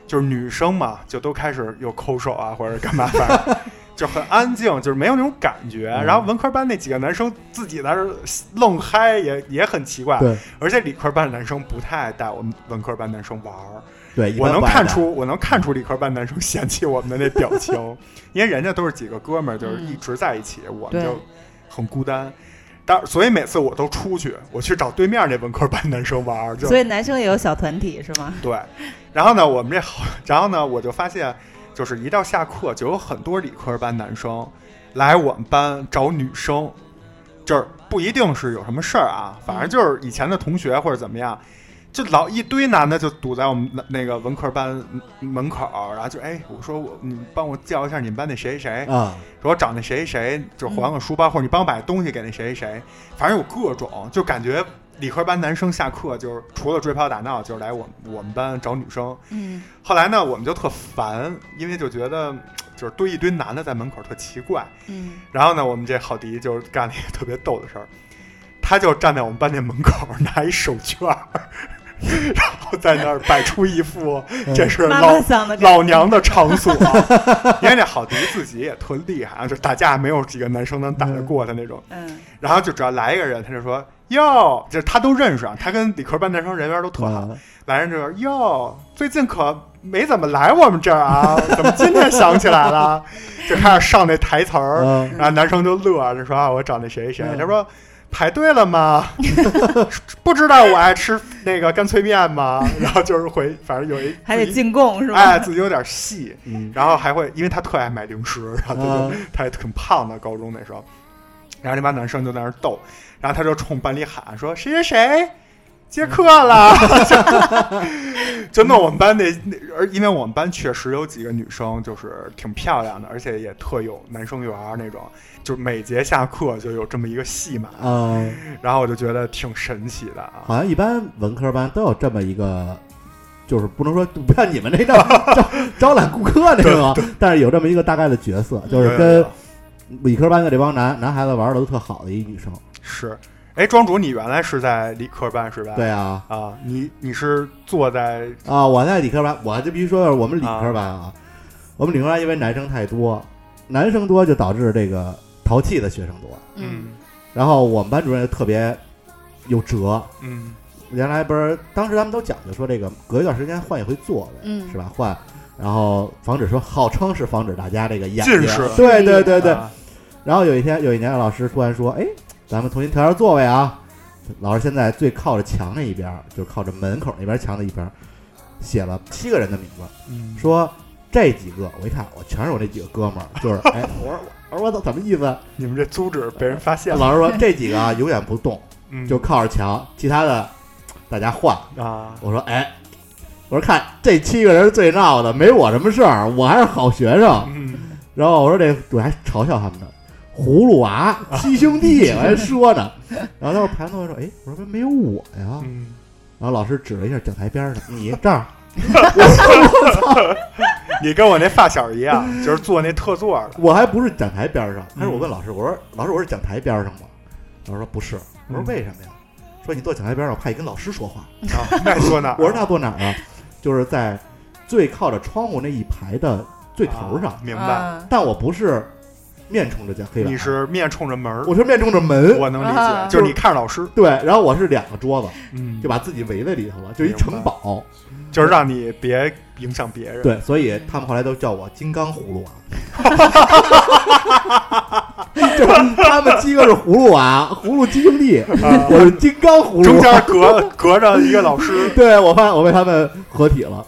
S3: 就是女生嘛，就都开始有抠手啊或者干嘛，反
S4: *laughs*
S3: 正就很安静，就是没有那种感觉。
S4: 嗯
S3: 然后文科班那几个男生自己在那儿愣嗨也，也很奇怪。
S4: 对
S3: 而且理科班的男生不太爱带我们文科班男生玩儿，
S4: 对，一
S3: 我
S4: 般
S3: 能
S4: 不爱
S3: 看
S4: 戴
S3: 出，我能看出理科班男生嫌弃我们的那表情，因为人家都是几个哥们儿，
S2: 嗯
S3: 就是一直在一起，我们
S6: 对
S3: 就很孤单。但所以每次我都出去，我去找对面那文科班男生玩儿，就
S2: 所以男生也有小团体是吗？
S3: 对。然后呢，我们这好，然后呢，我就发现，就是一到下课，就有很多理科班男生来我们班找女生，就是不一定是有什么事儿啊，反正就是以前的同学或者怎么样，就老一堆男的就堵在我们那那个文科班门口，然后就哎，我说我你帮我叫一下你们班那谁谁谁，
S4: 啊，
S3: 说我找那谁谁谁，就还个书包，或者你帮我把东西给那谁谁谁，反正有各种，就感觉理科班男生下课就是除了追跑打闹，就是来我们我们班找女生。
S2: 嗯，
S3: 后来呢，我们就特烦，因为就觉得就是堆一堆男的在门口特奇怪。
S2: 嗯，
S3: 然后呢，我们这郝迪就干了一个特别逗的事儿，他就站在我们班那门口拿一手绢儿， *laughs* 然后在那儿摆出一 *laughs* 副这是
S2: 妈
S3: 老
S2: 妈桑的感觉
S3: 老娘的场所，因为那郝迪自己也特厉害啊，就打架没有几个男生能打得过他那种。
S2: 嗯，
S3: 然后就只要来一个人，他就说哟，就是他都认识啊，他跟理科班男生人缘都特好。
S4: 啊
S3: 来人就说哟，最近可没怎么来我们这儿啊， *laughs* 怎么今天想起来了？就开始上那台词儿，
S4: 啊
S3: 然后男生就乐，就说啊，我找那谁谁，
S4: 嗯
S3: 他说。排队了吗？不知道我爱吃那个干脆面吗？然后就是回，反正有一
S2: 还得
S3: 自己
S2: 进贡是
S3: 哎，
S2: 吗？
S3: 自己有点细，
S4: 嗯
S3: 然后还会，因为他特爱买零食，然后他就、
S4: 啊
S3: 他也挺胖的，高中那时候，然后那帮男生就在那儿逗，然后他就冲班里喊说谁谁谁接课了， *laughs* 就就弄我们班那，那而因为我们班确实有几个女生就是挺漂亮的，而且也特有男生缘儿那种，就是每节下课就有这么一个戏码，
S4: 啊，
S3: 然后我就觉得挺神奇的啊，
S4: 好像一般文科班都有这么一个，就是不能说不像你们那招招招揽顾客那种啊，但是有这么一个大概的角色，就是跟理科班的这帮男男孩子玩的都特好的一女生。
S3: 是，哎，庄主你原来是在理科班是吧？
S4: 对啊，
S3: 啊，你你是坐在
S4: 啊，我在理科班，我就必须说我们理科班啊，我们理科班因为男生太多，男生多就导致这个淘气的学生多，
S2: 嗯，
S4: 然后我们班主任特别有辙，
S3: 嗯
S4: 原来不是当时咱们都讲究说这个隔一段时间换一回座位，
S6: 嗯
S4: 是吧？换，然后防止说号称是防止大家这个眼
S3: 近
S4: 睛啊
S3: 视
S4: 对对对对。
S3: 啊
S4: 然后有一天有一年老师突然说，哎，咱们重新调调座位啊。老师现在最靠着墙那一边儿，就靠着门口那边墙的一边儿，写了七个人的名字。
S3: 嗯
S4: 说这几个，我一看，我全是我这几个哥们儿，
S3: *laughs*
S4: 就是哎，我说我说我怎么意思？
S3: 你们这阻止被人发现了，
S4: 老师说这几个啊永 *laughs* 远不动，
S3: 嗯
S4: 就靠着墙，其他的大家换。
S3: 啊，
S4: 我说哎，我说看这七个人是最闹的，没我什么事儿，我还是好学生。
S3: 嗯，
S4: 然后我说这我还嘲笑他们呢。葫
S3: *laughs*
S4: 芦娃七兄弟，我还说呢，然后他们排队说：“哎，我说为什么没有我呀
S3: 嗯，？”
S4: 然后老师指了一下讲台边儿上，你这儿，
S3: 你跟我那发小一样，就是坐那特座的，
S4: 我还不是讲台边儿上，开始我
S3: 嗯
S4: 问老师，我说老师我是讲台边儿上吗？老师说不是，我说
S3: 嗯
S4: 为什么呀？说你坐讲台边儿上，我怕你跟老师说话。
S3: *laughs* 啊，那你坐哪儿？
S4: 我说那坐哪儿啊？就是在最靠着窗户那一排的最头上，
S3: 啊明白？
S2: 啊，
S4: 但我不是面冲着讲黑板，
S3: 你是面冲着门儿，
S4: 我是面冲着门，
S3: 我能理
S2: 啊
S3: 解，就是你看着老师，
S4: 对，然后我是两个桌子，
S3: 嗯
S4: 就把自己围在里头了，就一
S3: 明白
S4: 城堡。
S3: 就是让你别影响别人。
S4: 对，所以他们后来都叫我金刚葫芦娃。就是他们七个是葫芦娃，葫芦七兄弟，
S3: 啊
S4: 我是金刚葫芦
S3: 中
S4: 娃。
S3: 间 *laughs* 隔隔着一个老 *laughs* 师，
S4: 对我发我被他们合体了，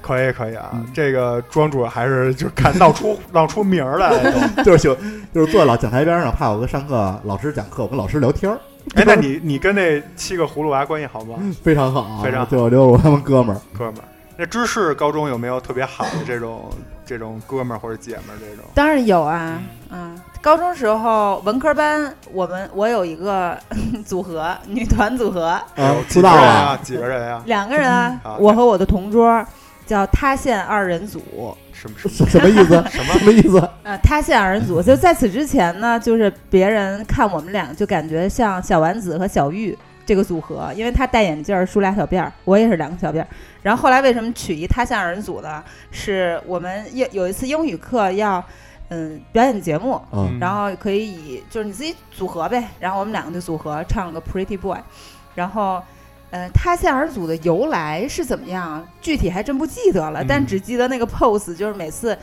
S3: 可以可以啊，这个庄主还是就看闹 *laughs* 出闹出名儿来了都。
S4: 就是喜欢就是坐老讲台边上，怕我跟上课老师讲课，我跟老师聊天儿
S3: 哎，那你你跟那七个葫芦娃关系好吗，
S4: 非常好啊，
S3: 非常好
S4: 对我就是我他们哥们儿。
S3: 哥们儿？那芝士高中有没有特别好的这种这种哥们儿或者姐们儿这种？
S6: 当然有啊，
S2: 嗯，高中时候文科班，我们我有一个 *laughs* 组合，女团组合，
S4: 啊
S3: 有，几
S4: 出
S3: 个
S4: 道
S3: 人
S4: 了，
S3: 啊，几个人啊？
S2: 两个人啊
S3: 好，
S2: 我和我的同桌叫塌陷二人组。
S3: 什么什么
S4: 什什么意思？
S3: 什么
S4: 什么意思？
S2: 呃，塌陷二人组就在此之前呢，就是别人看我们俩就感觉像小丸子和小玉这个组合，因为他戴眼镜儿梳俩小辫儿，我也是两个小辫儿。然后后来为什么取一塌陷二人组呢？是我们有有一次英语课要嗯表演节目，
S4: 嗯，
S2: 然后可以以就是你自己组合呗，然后我们两个就组合唱了个 Pretty Boy，然后。呃，塌陷而组的由来是怎么样？具体还真不记得了，但
S3: 嗯
S2: 只记得那个 pose，就是每次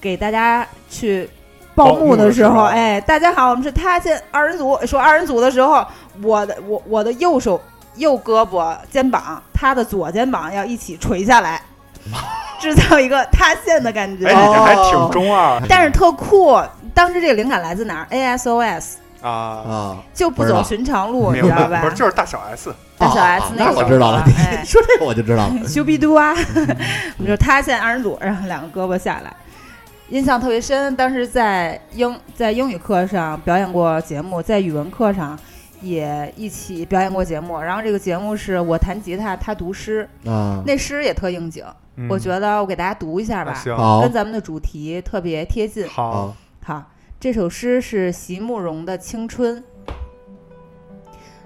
S2: 给大家去
S3: 报
S2: 报幕
S3: 幕的
S2: 的
S3: 时
S2: 时候，
S3: 候
S2: 哎，大家好，我们是塌陷二人组。说二人组的时候，我的我我的右手右胳膊肩膀，他的左肩膀要一起垂下
S3: *laughs*
S2: 来，制造一个塌陷的感觉。
S3: 哎，你这还挺中二
S4: 哦
S2: 但是特酷。当时这个灵感来自哪儿？ASOS，
S3: 啊，
S4: 啊，
S2: 就不走寻常路，你知
S3: 明
S2: 道吧
S3: 白？不是，？就是大小 S，
S2: 大小
S4: 啊
S2: S
S4: 那
S2: 个
S4: 我知道了，
S2: 哎
S4: 你说这个我就知道了。
S2: 修比嘟啊，
S3: 嗯
S2: *laughs* 我们就塌陷二人组，然后两个胳膊下来，印象特别深。当时在英在英语课上表演过节目，在语文课上也一起表演过节目。然后这个节目是我弹吉他，他读诗，
S3: 嗯
S4: 啊，
S2: 那诗也特应景，我觉得我给大家读一下
S3: 得
S2: 吧，
S3: 嗯啊行，
S4: 好
S2: 跟，咱们的主题特别贴近。
S3: 好，
S4: 好，
S2: 好，这首诗是席慕容的《青春》。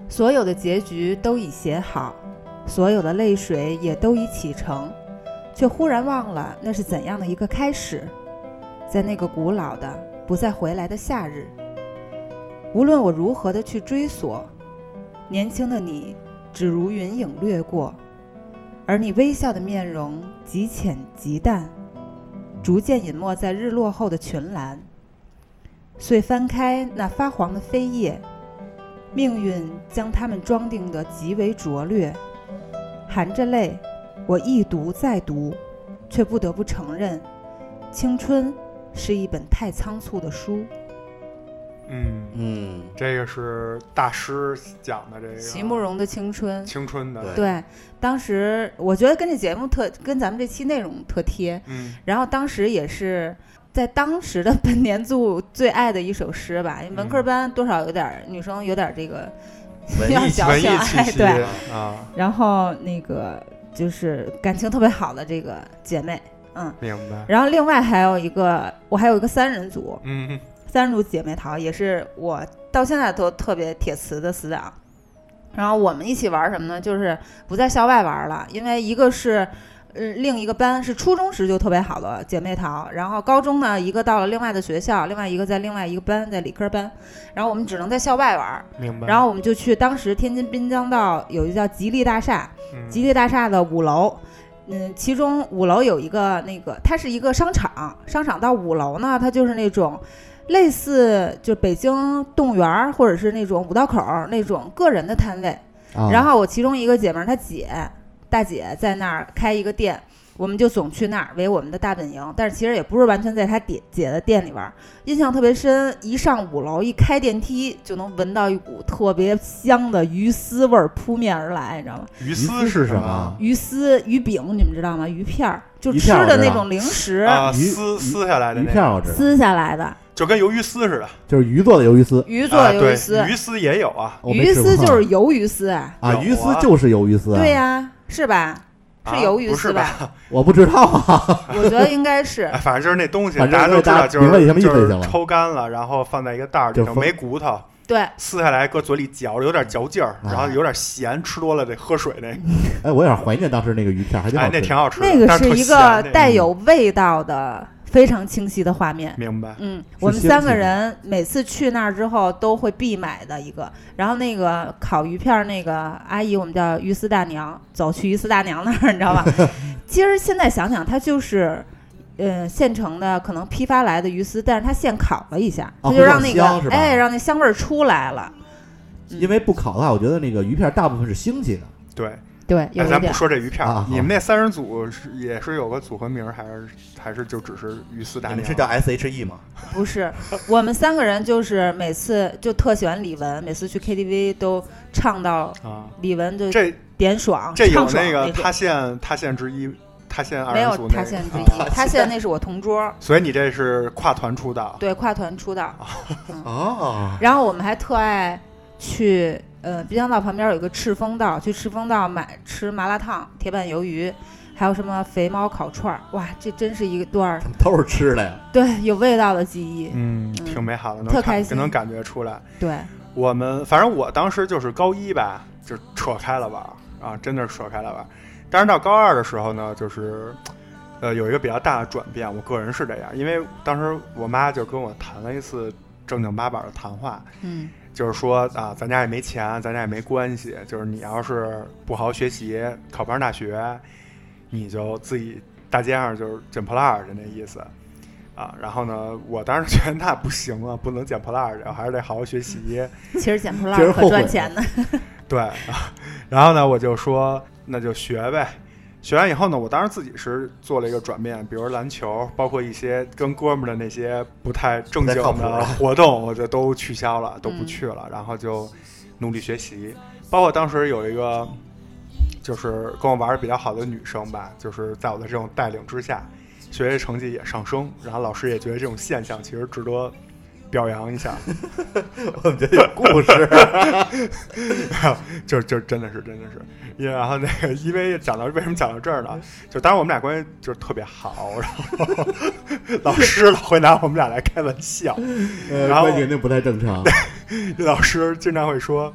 S2: 所有的结局都已写好，所有的泪水也都已启程，却忽然忘了那是怎样的一个开始。在那个古老的、不再回来的夏日，无论我如何的去追索，年轻的你只如云影掠过，而你微笑的面容极浅极淡，逐渐隐没在日落后的群岚。遂翻开那发黄的扉页，命运将它们装订得极为拙劣。含着泪，我一读再读，却不得不承认，青春是一本太仓促的书。
S3: 嗯，
S4: 嗯，
S3: 这个是大师讲的这个
S2: 席慕容的青春，
S3: 青春的，
S2: 对，当时我觉得跟这节目特跟咱们这期内容特贴，
S3: 嗯，
S2: 然后当时也是在当时的本年度最爱的一首诗吧，因为文科
S3: 嗯
S2: 班多少有点儿女生有点儿这个
S4: 文
S2: *laughs* *laughs* 要
S4: 艺
S2: 小
S3: 文艺
S2: 小
S3: 气
S2: 爱
S3: 息
S2: 对，
S3: 啊，
S2: 然后那个就是感情特别好的这个姐妹，嗯，
S3: 明白，
S2: 然后另外还有一个我还有一个三人组，
S3: 嗯，
S2: 三人组姐妹淘也是我到现在都特别铁磁的死党。然后我们一起玩什么呢？就是不在校外玩了，因为一个是。呃另一个班是初中时就特别好的姐妹淘，然后高中呢一个到了另外的学校，另外一个在另外一个班，在理科班，然后我们只能在校外玩儿，
S3: 明白。
S2: 然后我们就去当时天津滨江道有一个叫吉利大厦，
S3: 嗯
S2: 吉利大厦的五楼，嗯，其中五楼有一个那个，它是一个商场，商场到五楼呢，它就是那种类似就北京动物园儿或者是那种五道口儿那种个人的摊位。
S4: 啊
S2: 然后我其中一个姐们儿，她姐大姐在那儿开一个店，我们就总去那儿为我们的大本营。但是其实也不是完全在她姐姐的店里玩儿，印象特别深。一上五楼，一开电梯就能闻到一股特别香的鱼丝味儿扑面而来，你知道吗？
S3: 鱼
S4: 鱼
S3: 丝
S4: 是
S3: 什
S4: 什么？？
S2: 鱼丝、鱼饼，你们知道吗？鱼片儿，就
S4: 鱼
S2: 吃
S4: 片儿我
S2: 的
S4: 知
S2: 那
S4: 道
S2: 种零食，
S3: 啊，
S4: 鱼
S3: 撕撕下来的
S4: 鱼
S3: 那
S4: 片
S3: 个，
S4: 我知道，
S2: 撕下来的
S3: 就跟鱿鱼丝似的。
S4: 就是鱼做的鱿鱼丝，
S2: 鱼做
S3: 啊，
S2: 鱿
S3: 对
S2: 鱼丝，，
S3: 鱼丝也有啊，
S4: 我没
S2: 鱼
S4: 吃
S2: 丝
S4: 过
S2: 就是鱿鱼丝啊，
S4: 啊，
S3: 有
S4: 鱼丝
S3: 啊
S4: 就是鱿鱼丝啊，
S2: 对呀、是吧？是
S3: 啊
S2: 鱿鱼
S3: 不是
S2: 丝
S3: 吧？
S4: 我不知道啊， *laughs*
S2: 我觉得应该是
S3: 哎 *laughs* ，反正就是那东西，
S4: 反正
S3: 大家都知道，
S4: 大家
S3: 就是
S4: 明白你什么意思就行了
S3: 就是抽干了，然后放在一个袋儿里
S4: 就
S3: 头，
S4: 封
S3: 没骨头， *laughs*
S2: 对。
S3: 撕下来搁嘴里嚼着，有点嚼劲
S4: 啊
S3: 儿，然后有点咸，吃多了得喝水那个，
S4: 哎，我有点怀念当时那个鱼片，还挺好
S3: 哎，
S4: 吃
S3: 那
S4: 的。
S3: 挺好吃的。
S2: 那个
S3: 但
S2: 是
S3: 特
S2: 一
S3: 咸
S2: 个
S3: 那个
S2: 带有味道的非常清晰的画面。
S3: 明白，
S2: 嗯，
S4: 是
S2: 我们
S4: 鲜
S2: 三
S4: 气
S2: 个
S4: 的
S2: 人每次去那儿之后都会必买的一个。然后那个烤鱼片儿那个阿姨，我们叫于四大娘，走去于四大娘那儿，你知道吧？其实现在想想，它就是。呃，现成的可能批发来的鱼丝，但是它现烤了一下，
S4: 哦
S2: 它
S4: 会
S2: 就让
S4: 让
S2: 那个、
S4: 香是吧
S2: 哎，让那香味儿出来了。嗯
S4: 因为不烤的话，我觉得那个鱼片大部分是腥气的。
S3: 对。
S2: 对，有
S3: 哎，
S2: 一
S3: 咱不
S2: 点。
S3: 说这鱼片
S4: 啊
S3: 儿
S4: 好，
S3: 你们那三人组是也是有个组合名儿，还是还是就只是鱼丝大
S7: 你
S3: 娘
S7: 们？是叫 S H E 吗？
S2: 不是，我们三个人就是每次就特喜欢李玟，每次去 KTV 都唱到
S3: 啊，
S2: 李玟就
S3: 这
S2: 点爽，
S3: 这有
S2: 唱爽
S3: 那个
S2: 句
S3: 塌陷塌陷之一，塌陷二
S2: 没
S3: 人
S2: 有
S3: 组那
S2: 塌
S3: 个啊
S2: 陷，之一，塌陷那是我同桌，
S3: 所以你这是跨团出道，
S2: 对，跨团出道。
S4: 啊
S7: 哦，
S2: 然后我们还特爱去呃滨江道旁边有一个赤峰道，去赤峰道买吃麻辣烫、铁板鱿鱼，还有什么肥猫烤串儿，哇，这真是一段儿
S4: 他们都是吃的呀。
S2: 对有味道的记忆。
S3: 嗯，
S2: 嗯
S3: 挺美好的，能
S2: 特
S3: 看
S2: 开心
S3: 能感觉出来。
S2: 对，
S3: 我们反正我当时就是高一吧，就扯开了玩儿啊，真的是扯开了玩儿。但是到高二的时候呢，就是呃有一个比较大的转变，我个人是这样，因为当时我妈就跟我谈了一次正经八百的谈话，
S2: 嗯
S3: 就是说啊，咱家也没钱，咱家也没关系，就是你要是不好好学习，考不上大学，你就自己大街上就是捡破烂儿去那意思。啊，然后呢，我当时觉得那不行啊，不能捡破烂儿去，还是得好好学习。
S2: 其实捡 *laughs* 破烂
S4: 其实
S2: 儿可
S4: 后悔
S2: 赚
S4: 了
S2: 钱的，
S3: 对， *laughs* 然后呢，我就说那就学呗。学完以后呢，我当时自己是做了一个转变，比如篮球，包括一些跟哥们儿的那些不太正经
S7: 不太靠
S3: 的
S7: 谱
S3: 活动，我就都取消了，都不
S2: 嗯
S3: 去了，然后就努力学习。包括当时有一个就是跟我玩的比较好的女生吧，就是在我的这种带领之下，学习成绩也上升，然后老师也觉得这种现象其实值得表扬一下。
S7: *laughs* 我们觉得有故事。
S3: 就就真的是真的是，因为然后那个因为讲到为什么讲到这儿呢？就当时我们俩关系就是特别好，然后老师老会拿我们俩来开玩笑，
S4: *laughs* 呃，
S3: 然后
S4: 关键那不太正
S7: *laughs*
S4: 常。
S3: 老师经常会说。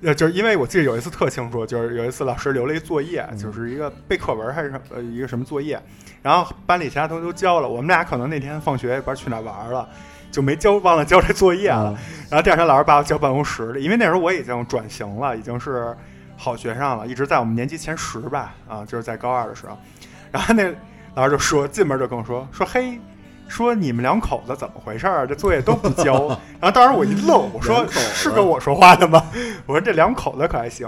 S3: 呃，就是因为我记得有一次特清楚，就是有一次老师留了一作业，就是一个背课文还是什么呃一个什么作业，然后班里其他同学都交了，我们俩可能那天放学也不知道去哪玩了，就没交忘了交这作业了。
S4: 啊
S3: 然后第二天老师把我叫办公室里，因为那时候我已经转型了，已经是好学生了，一直在我们年级前十吧，啊，就是在高二的时候。然后那老师就说，进门就跟我说，说嘿，说你们两口子怎么回事儿？这作业都不交。
S4: *laughs*
S3: 然后当时我一愣，我说
S4: 两口子
S3: 是跟我说话的吗？ *laughs* 我说这两口子可还行。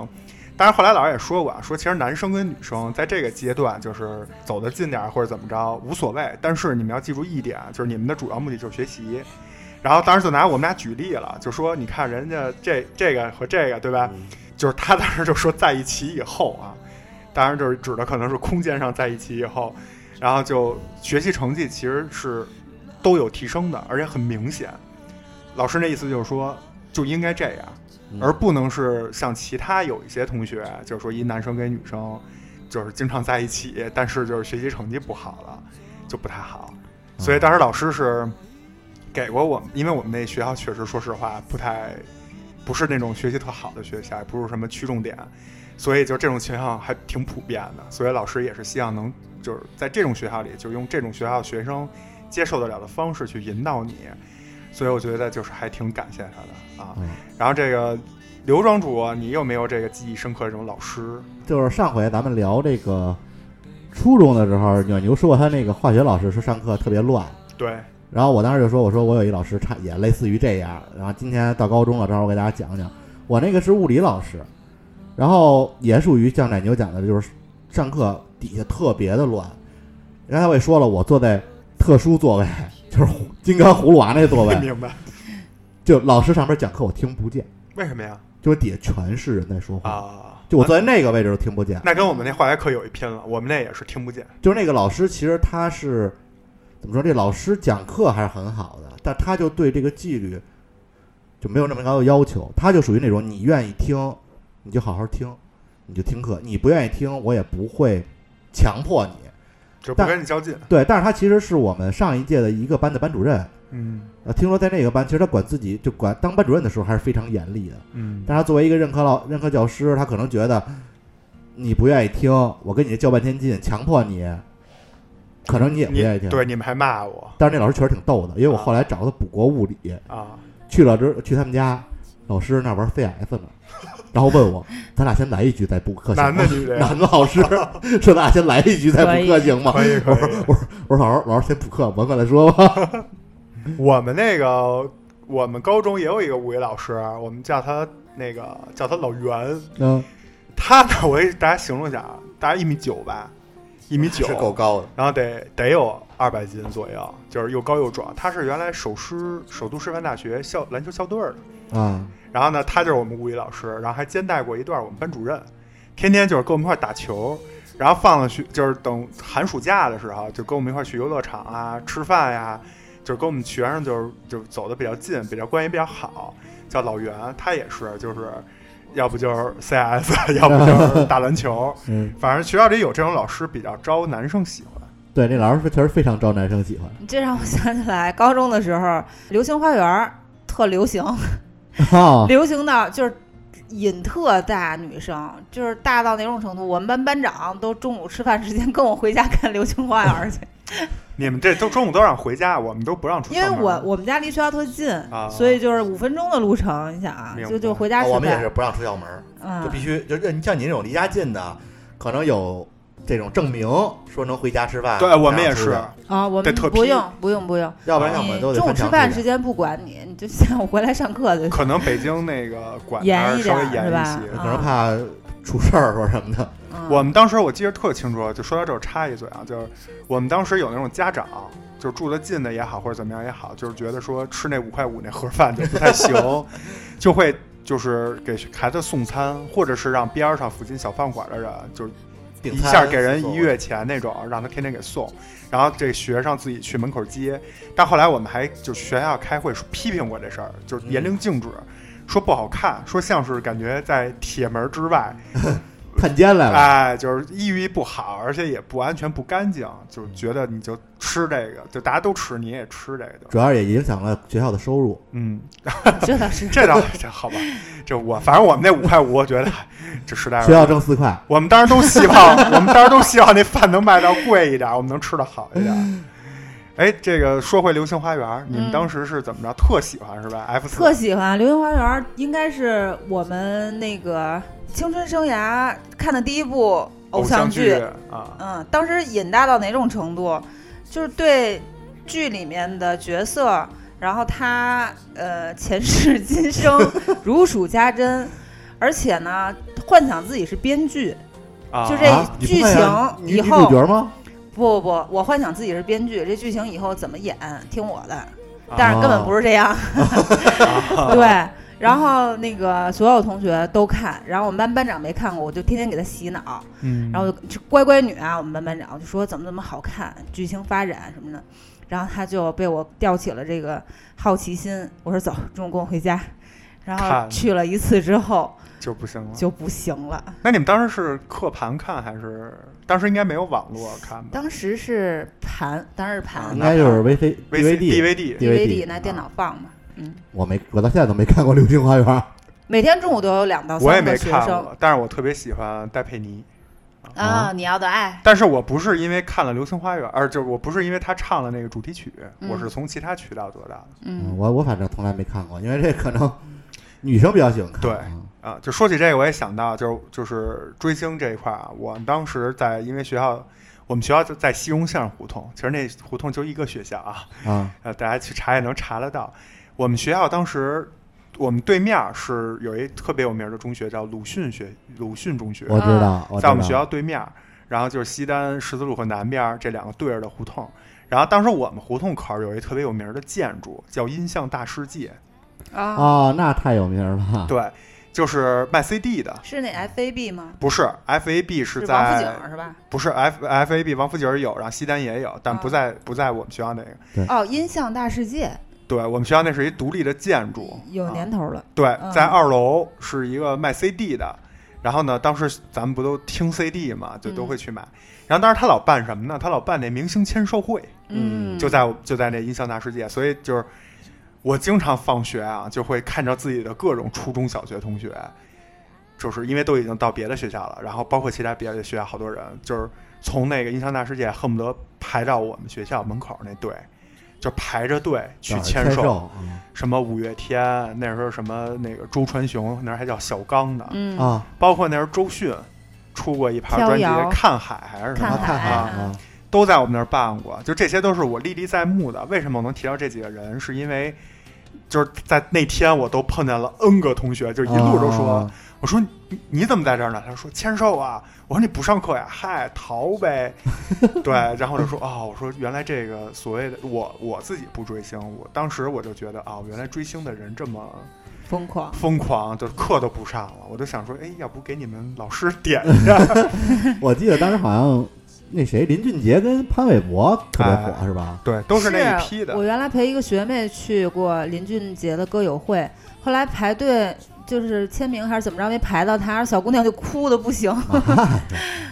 S3: 当然后来老师也说过啊，说其实男生跟女生在这个阶段就是走得近点儿或者怎么着无所谓，但是你们要记住一点，就是你们的主要目的就是学习。然后当时就拿我们俩举例了，就说你看人家这这个和这个对吧？就是他当时就说在一起以后啊，当然就是指的可能是空间上在一起以后，然后就学习成绩其实是都有提升的，而且很明显。老师那意思就是说就应该这样，
S4: 嗯
S3: 而不能是像其他有一些同学，就是说一男生跟女生就是经常在一起，但是就是学习成绩不好了，就不太好。所以当时老师是给过我们，因为我们那学校确实说实话不太不是那种学习特好的学校，也不是什么区重点，所以就这种情况还挺普遍的。所以老师也是希望能就是在这种学校里，就用这种学校的学生接受得了的方式去引导你。所以我觉得就是还挺感谢他的啊。
S4: 嗯
S3: 然后这个刘庄主，啊你有没有这个记忆深刻的这种老师？
S4: 就是上回咱们聊这个初中的时候，鸟牛说过他那个化学老师说上课特别乱，
S3: 对，
S4: 然后我当时就说，我说我有一老师差也类似于这样，然后今天到高中了，正好我给大家讲讲，我那个是物理老师，然后也属于像奶牛讲的，就是上课底下特别的乱。刚才我也说了，我坐在特殊座位， *laughs* 就是葫金刚葫芦娃那座位，
S3: 明白？
S4: 就老师上边讲课我听不见，
S3: 为什么呀？
S4: 就是底下全是人在说话，
S3: 啊，
S4: 嗯就我坐在那个位置都听不见。
S3: 那跟我们那化学课有一拼了，我们那也是听不见。
S4: 就是那个老师，其实他是怎么说？这老师讲课还是很好的，但他就对这个纪律就没有那么高的要求。他就属于那种你愿意听，你就好好听，你就听课；你不愿意听，我也不会强迫你。
S3: 就不
S4: 但
S3: 跟你较劲。
S4: 对，但是他其实是我们上一届的一个班的班主任。
S3: 嗯
S4: 呃，听说在那个班，其实他管自己就管当班主任的时候还是非常严厉的。
S3: 嗯，
S4: 但是他作为一个任课老任课教师，他可能觉得你不愿意听，我跟你较半天劲，强迫你，可能你也不
S3: 你
S4: 愿意听。
S3: 对你们还骂我
S4: 但是那老师确实挺逗的，因为我后来找他补过物理，
S3: 啊！
S4: 去了之去他们家，老师那玩 CS 呢，然后问我，咱俩先来一局再补课行
S3: 男
S4: 吗
S3: 的？女的呀？
S4: *laughs* 男的
S7: *laughs*
S4: 老师说咱俩先来一局再补课行吗？
S3: 可以可以。
S4: 我说老师，老师先补课，完课再说吧。
S7: *laughs*
S3: 我们那个我们高中也有一个物理老师，我们叫他那个叫他老袁。
S4: 嗯，
S3: 他呢，我给大家形容一下啊，大概一米九吧，一米九
S7: 是，够高的。
S3: 然后得得有二百斤左右，就是又高又壮。他是原来首师首都师范大学校篮球校队的，
S4: 啊，
S3: 然后呢，他就是我们物理老师，然后还兼带过一段我们班主任，天天就是跟我们一块儿打球，然后放了学就是等寒暑假的时候，就跟我们一块儿去游乐场啊、吃饭呀、就是跟我们学生就是就是走的比较近，比较关系比较好。叫老袁，他也是就是，要不就是 CS，要不就是打篮球，
S4: 嗯，
S3: 反正学校里有这种老师比较招男生喜欢。
S4: 对，那老师确实非常招男生喜欢。
S2: 你这让我想起来，高中的时候，流星花园儿特流行，
S7: 哦
S4: 啊，
S2: 流行到就是瘾特大，女生就是大到哪种程度？我们班班长都中午吃饭时间跟我回家看《流星花园》去，
S3: 你们这都中午都让回家，我们都不让出
S2: 因为
S3: 校门。
S2: 我我们家离学校特近，
S3: 啊
S2: 所以就是五分钟的路程，你想啊
S3: 明，白
S2: 就就回家
S7: 啊
S2: 吃
S7: 我们也
S2: 饭
S7: 是，不让出校门儿，就
S2: 嗯
S7: 必须就就像你这种离家近的，可能有这种证明说能回家吃饭。
S3: 对我们也
S7: 这样出
S3: 是
S7: 去，
S2: 啊，我
S3: 得
S2: 们
S3: 特
S2: 不
S3: 批
S2: 用不用不用，
S7: 要不然哎像我们都
S2: 你
S7: 得
S2: 嗯中午
S7: 分
S2: 吃
S7: 常
S2: 饭
S7: 出
S2: 时
S7: 去
S2: 间不管你，你就下午回来上
S7: *laughs*
S2: 课就行。
S3: 可能北京那个管
S2: 严
S3: 还
S2: 一
S3: 是稍微
S2: 点
S3: 严
S2: 是吧
S3: 一些，
S2: 啊
S4: 可
S7: 可能
S4: 能怕
S7: 怕出事儿或什么的。
S2: 嗯
S3: 我们当时我记得特清楚，就说到这儿插一嘴啊，就是我们当时有那种家长，就是住得近的也好，或者怎么样也好，就是觉得说吃那五块五那盒饭就不太行，就会就是给孩子送餐，或者是让边儿上附近小饭馆的人，就是
S7: 订
S3: 一
S7: 餐
S3: 下给人
S7: 所
S3: 一
S7: 谓
S3: 月钱那种，让他天天给送，然后这学生自己去门口接。但后来我们还就学校开会批评过这事儿，就是严令禁止。说不好看，说像是感觉在铁门之外，
S4: 探监来了，
S3: 哎，就是抑郁不好，而且也不安全、不干净，就觉得你就吃这个，就大家都吃，你也吃这个就，
S4: 主要也影响了学校的收入。
S3: 嗯，
S2: 这倒
S7: *laughs*
S2: 是
S3: 这倒 *laughs* 这好吧，这我反正我们那五块五，我觉得这实在
S4: 学校
S3: 是，
S4: 挣四块，
S3: 我们当时都希望， *laughs* 我们当时都希望那饭能卖到贵一点，我们能吃的好一点。哎，这个说回《流星花园》，你们
S2: 嗯
S3: 当时是怎么着？特喜欢是吧？F 四
S2: 特喜欢《流星花园》，应该是我们那个青春生涯看的第一部偶像
S3: 剧啊，
S2: 嗯，当时瘾大到哪种程度？就是对剧里面的角色，然后他呃前世今生 *laughs* 如数家珍，而且呢幻想自己是编剧，
S3: 啊
S2: 就这
S4: 啊你不
S2: 剧
S4: 会
S2: 情
S4: 啊女
S2: 以
S4: 女
S2: 后
S4: 主角吗？
S2: 不不不，我幻想自己是编剧，这剧情以后怎么演听我的，但是根本不是这样。
S3: 啊
S2: 对，然后那个所有同学都看，然后我们班班长没看过，我就天天给他洗脑，
S3: 嗯，
S2: 然后就乖乖女啊，我们班班长就说怎么怎么好看，剧情发展什么的，然后他就被我吊起了这个好奇心，我说走，中午跟我回家，然后
S3: 看嗯
S2: 去了一次之后
S3: 就不行了。
S2: 就不行了，
S3: 那你们当时是刻盘看还是当时应该没有网络看吧
S2: *laughs* 当时是盘，当时是
S3: 啊
S2: 盘
S4: 应
S3: 那
S4: 该就是 VC
S3: ？VC
S4: DVD
S3: DVD
S4: DVD
S2: DVD 拿电脑放嘛，嗯。
S4: 我没，我到现在都没看过《流星花园》
S2: 每天中午都有两到
S3: 我也
S2: 三
S3: 没
S2: 个学
S3: 看
S2: 生
S3: 过，但是我特别喜欢戴佩妮。
S2: 啊。你要的爱，
S3: 但是我不是因为看了《流星花园》，而就是我不是因为他唱了那个主题曲，
S2: 嗯
S3: 我是从其他渠道得到的
S4: 嗯
S2: 嗯，
S4: 我我反正从来没看过，因为这可能女生比较喜欢看。
S3: 对
S4: 嗯
S3: 啊。就说起这个，我也想到，就是就是追星这一块啊，我们当时在因为学校，我们学校就在西荣巷胡同，其实那胡同就一个学校啊，
S4: 啊，
S3: 呃，大家去查也能查得到。我们学校当时，我们对面是有一特别有名的中学，叫鲁迅学鲁迅中学，
S4: 我知道，知道
S3: 在我们学校对面儿，然后就是西单十字路口南边儿这两个对着的胡同儿。然后当时我们胡同口儿有一特别有名儿的建筑，叫音像大世界，嗯
S2: 啊，
S4: 哦，那太有名了。
S3: 对，就是卖 CD 的，
S2: 是那 FAB 吗？
S3: 不是 FAB 啊是
S2: 是王府
S3: 在
S2: 井是吧？
S3: 不是 F FAB 王府井儿有，然后西单也有，但不
S2: 啊
S3: 在不在我们学校那个。
S2: 哦，音像大世界
S3: 对我们学校那是一独立的建筑，
S6: 有
S3: 啊
S6: 年头了，
S3: 对，
S6: 嗯
S3: 在二楼是一个卖 CD 的，然后呢，当时咱们不都听 CD 嘛，就都会去买。然后，当时他老办什么呢？他老办那明星签售会，
S2: 嗯
S3: 就在就在那音像大世界，所以就是我经常放学啊，就会看着自己的各种初中小学同学，就是因为都已经到别的学校了，然后包括其他别的学校好多人，就是从那个音像大世界恨不得排到我们学校门口那队，就排着队去
S4: 对
S3: 签售。
S4: 啊售
S3: 什么五月天，那时候什么那个周传雄，那时候还叫小刚呢，
S4: 嗯
S2: 嗯
S4: 啊，
S3: 包括那时候周迅出过一盘专辑
S6: 逍
S3: 《
S6: 遥
S3: 看海》还是什
S4: 啊
S3: 么
S2: 看，
S4: 看
S2: 海
S4: 海
S2: 啊
S4: 啊，
S3: 都在我们那儿办过。就这些都是我历历在目的。为什么我能提到这几个人？是因为就是在那天我都碰见了 N 个同学，就一路都说，
S4: 啊
S3: 我说你你怎么在这儿呢？他说签售啊。我说你不上课呀？嗨，逃呗。对，然后我就说哦，我说原来这个所谓的我我自己不追星，我当时我就觉得啊、原来追星的人这么。
S2: 疯狂，
S3: 疯狂，就是课都不上了。我就想说，哎，要不给你们老师点一下？
S4: 我记得当时好像那谁林俊杰跟潘玮柏特别
S3: 哎
S4: 火是吧？
S3: 对，都是
S2: 啊
S3: 那一批的
S6: 我。原来陪一个学妹去过林俊杰的歌友会，后来排队就是签名还是怎么着，没排到他，小姑娘就哭的不行。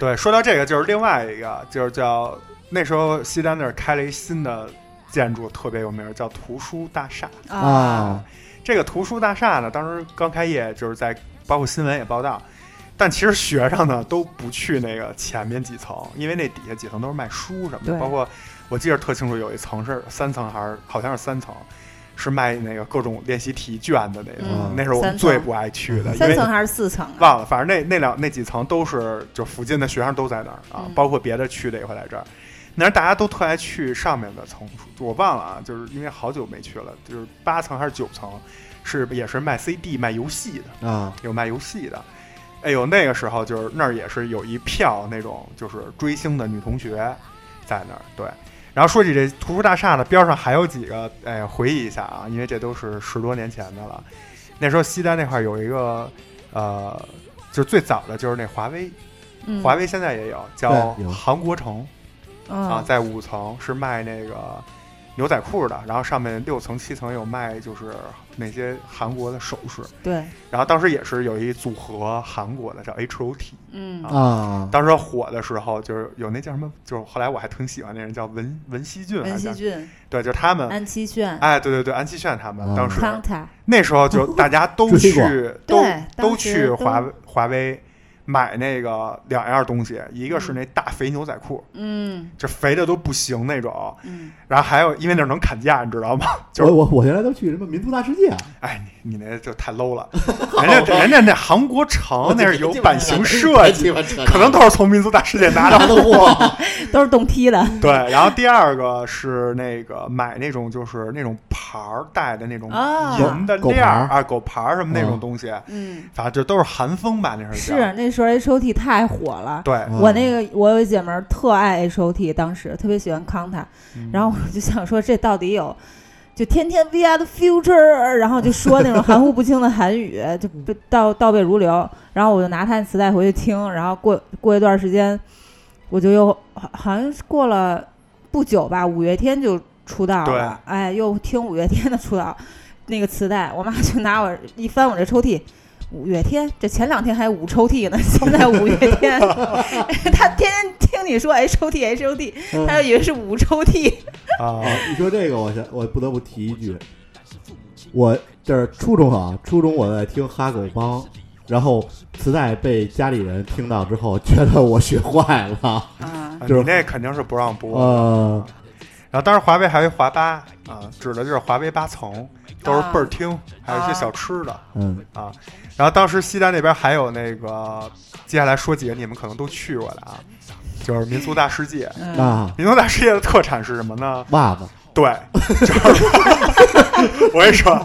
S3: 对，说到这个，就是另外一个，就是叫那时候西单那儿开了一新的建筑，特别有名，叫图书大厦。
S4: 啊，
S3: 这个图书大厦呢，当时刚开业，就是在包括新闻也报道，但其实学生呢都不去那个前面几层，因为那底下几层都是卖书什么的，
S6: 对
S3: 包括我记得特清楚，有一层是三层还是好像是三层。是卖那个各种练习题卷的那种，
S4: 嗯
S3: 那是我们
S6: 三层嗯
S3: 最不爱去的，因
S6: 三
S3: 为
S6: 层还是四层啊？
S3: 忘了，反正那那两那几层都是就附近的学生都在那儿啊，
S2: 嗯
S3: 包括别的区的也会来这儿。那儿大家都特爱去上面的层数，我忘了啊，就是因为好久没去了，就是八层还是九层，是也是卖 CD 卖游戏的，
S4: 啊，
S3: 有卖游戏的。哎呦，那个时候就是那儿也是有一票那种就是追星的女同学在那儿，对。然后说起这图书大厦呢，边上还有几个，哎，回忆一下啊，因为这都是十多年前的了。那时候西单那块儿有一个，呃，就是最早的就是那华威，
S6: 嗯
S3: 华为现在也有，叫
S4: 对有
S3: 韩国城啊，
S2: 嗯
S6: 啊，
S3: 在五层是卖那个牛仔裤的，然后上面六层、七层有卖就是那些韩国的首饰。
S6: 对，
S3: 然后当时也是有一组合韩国的叫 H O T，
S2: 嗯
S3: 啊
S4: 啊，
S3: 当时火的时候就是有那叫什么，就是后来我还挺喜欢那人叫文文熙俊，
S2: 文熙俊，
S3: 对，就是他们，
S6: 安七炫、
S3: 哎，对对对，安七炫他们，
S4: 嗯
S3: 当时
S6: 康塔，
S3: 那时候就大家都
S4: 追过
S3: 去，都
S6: 对
S3: 都
S6: 当时
S3: 去
S6: 都
S3: 华为华为买那个两样东西，一个是那大肥牛仔裤，
S2: 嗯
S3: 就肥的都不行那种， *laughs*
S2: 嗯，
S3: 然后还有因为那能砍价，你知
S4: *laughs*
S3: 道吗？就是
S4: 我我我原来都去什么民族大世界啊，
S3: 哎，你你那就太 low
S4: *laughs*
S3: 了，人家人家那韩国城哦那是有版型设
S7: 太
S3: 计
S7: 喜。欢扯
S3: 可能都是从民族大世界拿
S4: 拿
S3: 的。
S4: 的货，
S6: 都是动批的。
S3: *laughs* 对，然后第二个是那个买那种就是那种牌儿戴的那种
S6: 啊
S3: 银的
S4: 狗
S3: 链儿
S4: 牌
S3: 啊，狗牌儿什么那种
S4: 嗯
S3: 东西，
S2: 嗯
S3: 反正就都是韩风吧，那是
S6: 是
S3: 叫。
S6: 那时候 H O T 太火了。
S3: 对，
S4: 嗯
S6: 我那个我有一姐们儿特爱 H O T，当时特别喜欢康塔，
S3: 嗯
S6: 然后我就想说这到底有，就天天 We are the future，然后就说那种含糊不清的韩语，就被倒倒背如流。然后我就拿他那磁带回去听，然后过过一段时间，我就又好好像是过了不久吧，五月天就出道了，哎，又听五月天的出道那个磁带，我妈就拿我一翻我这抽屉。五月天，这前两天还五抽屉呢，现在五月
S3: *laughs*
S6: 天，他天天听你说 H O T H O T，他就以为是五抽屉。
S3: 啊
S4: *laughs* 啊，你说这个，我想我不得不提一句，我就是初中啊，初中我在听哈狗帮，然后磁带被家里人听到之后，觉得我学坏了。
S2: 啊，
S3: 啊
S4: 就是
S3: 你那肯定是不让播。
S4: 呃，
S3: 然后当时华为还有一华八啊，指的就是华为八层，
S6: 啊
S3: 都是倍儿听，还有一些小吃的。
S4: 嗯，
S3: 啊。然后当时西单那边还有那个，接下来说几个你们可能都去过的啊，就是民族大世界。
S2: 嗯，
S4: 那
S3: 民族大世界的特产是什么呢？
S4: 袜子，
S3: 对，就是 *laughs* 我跟你说，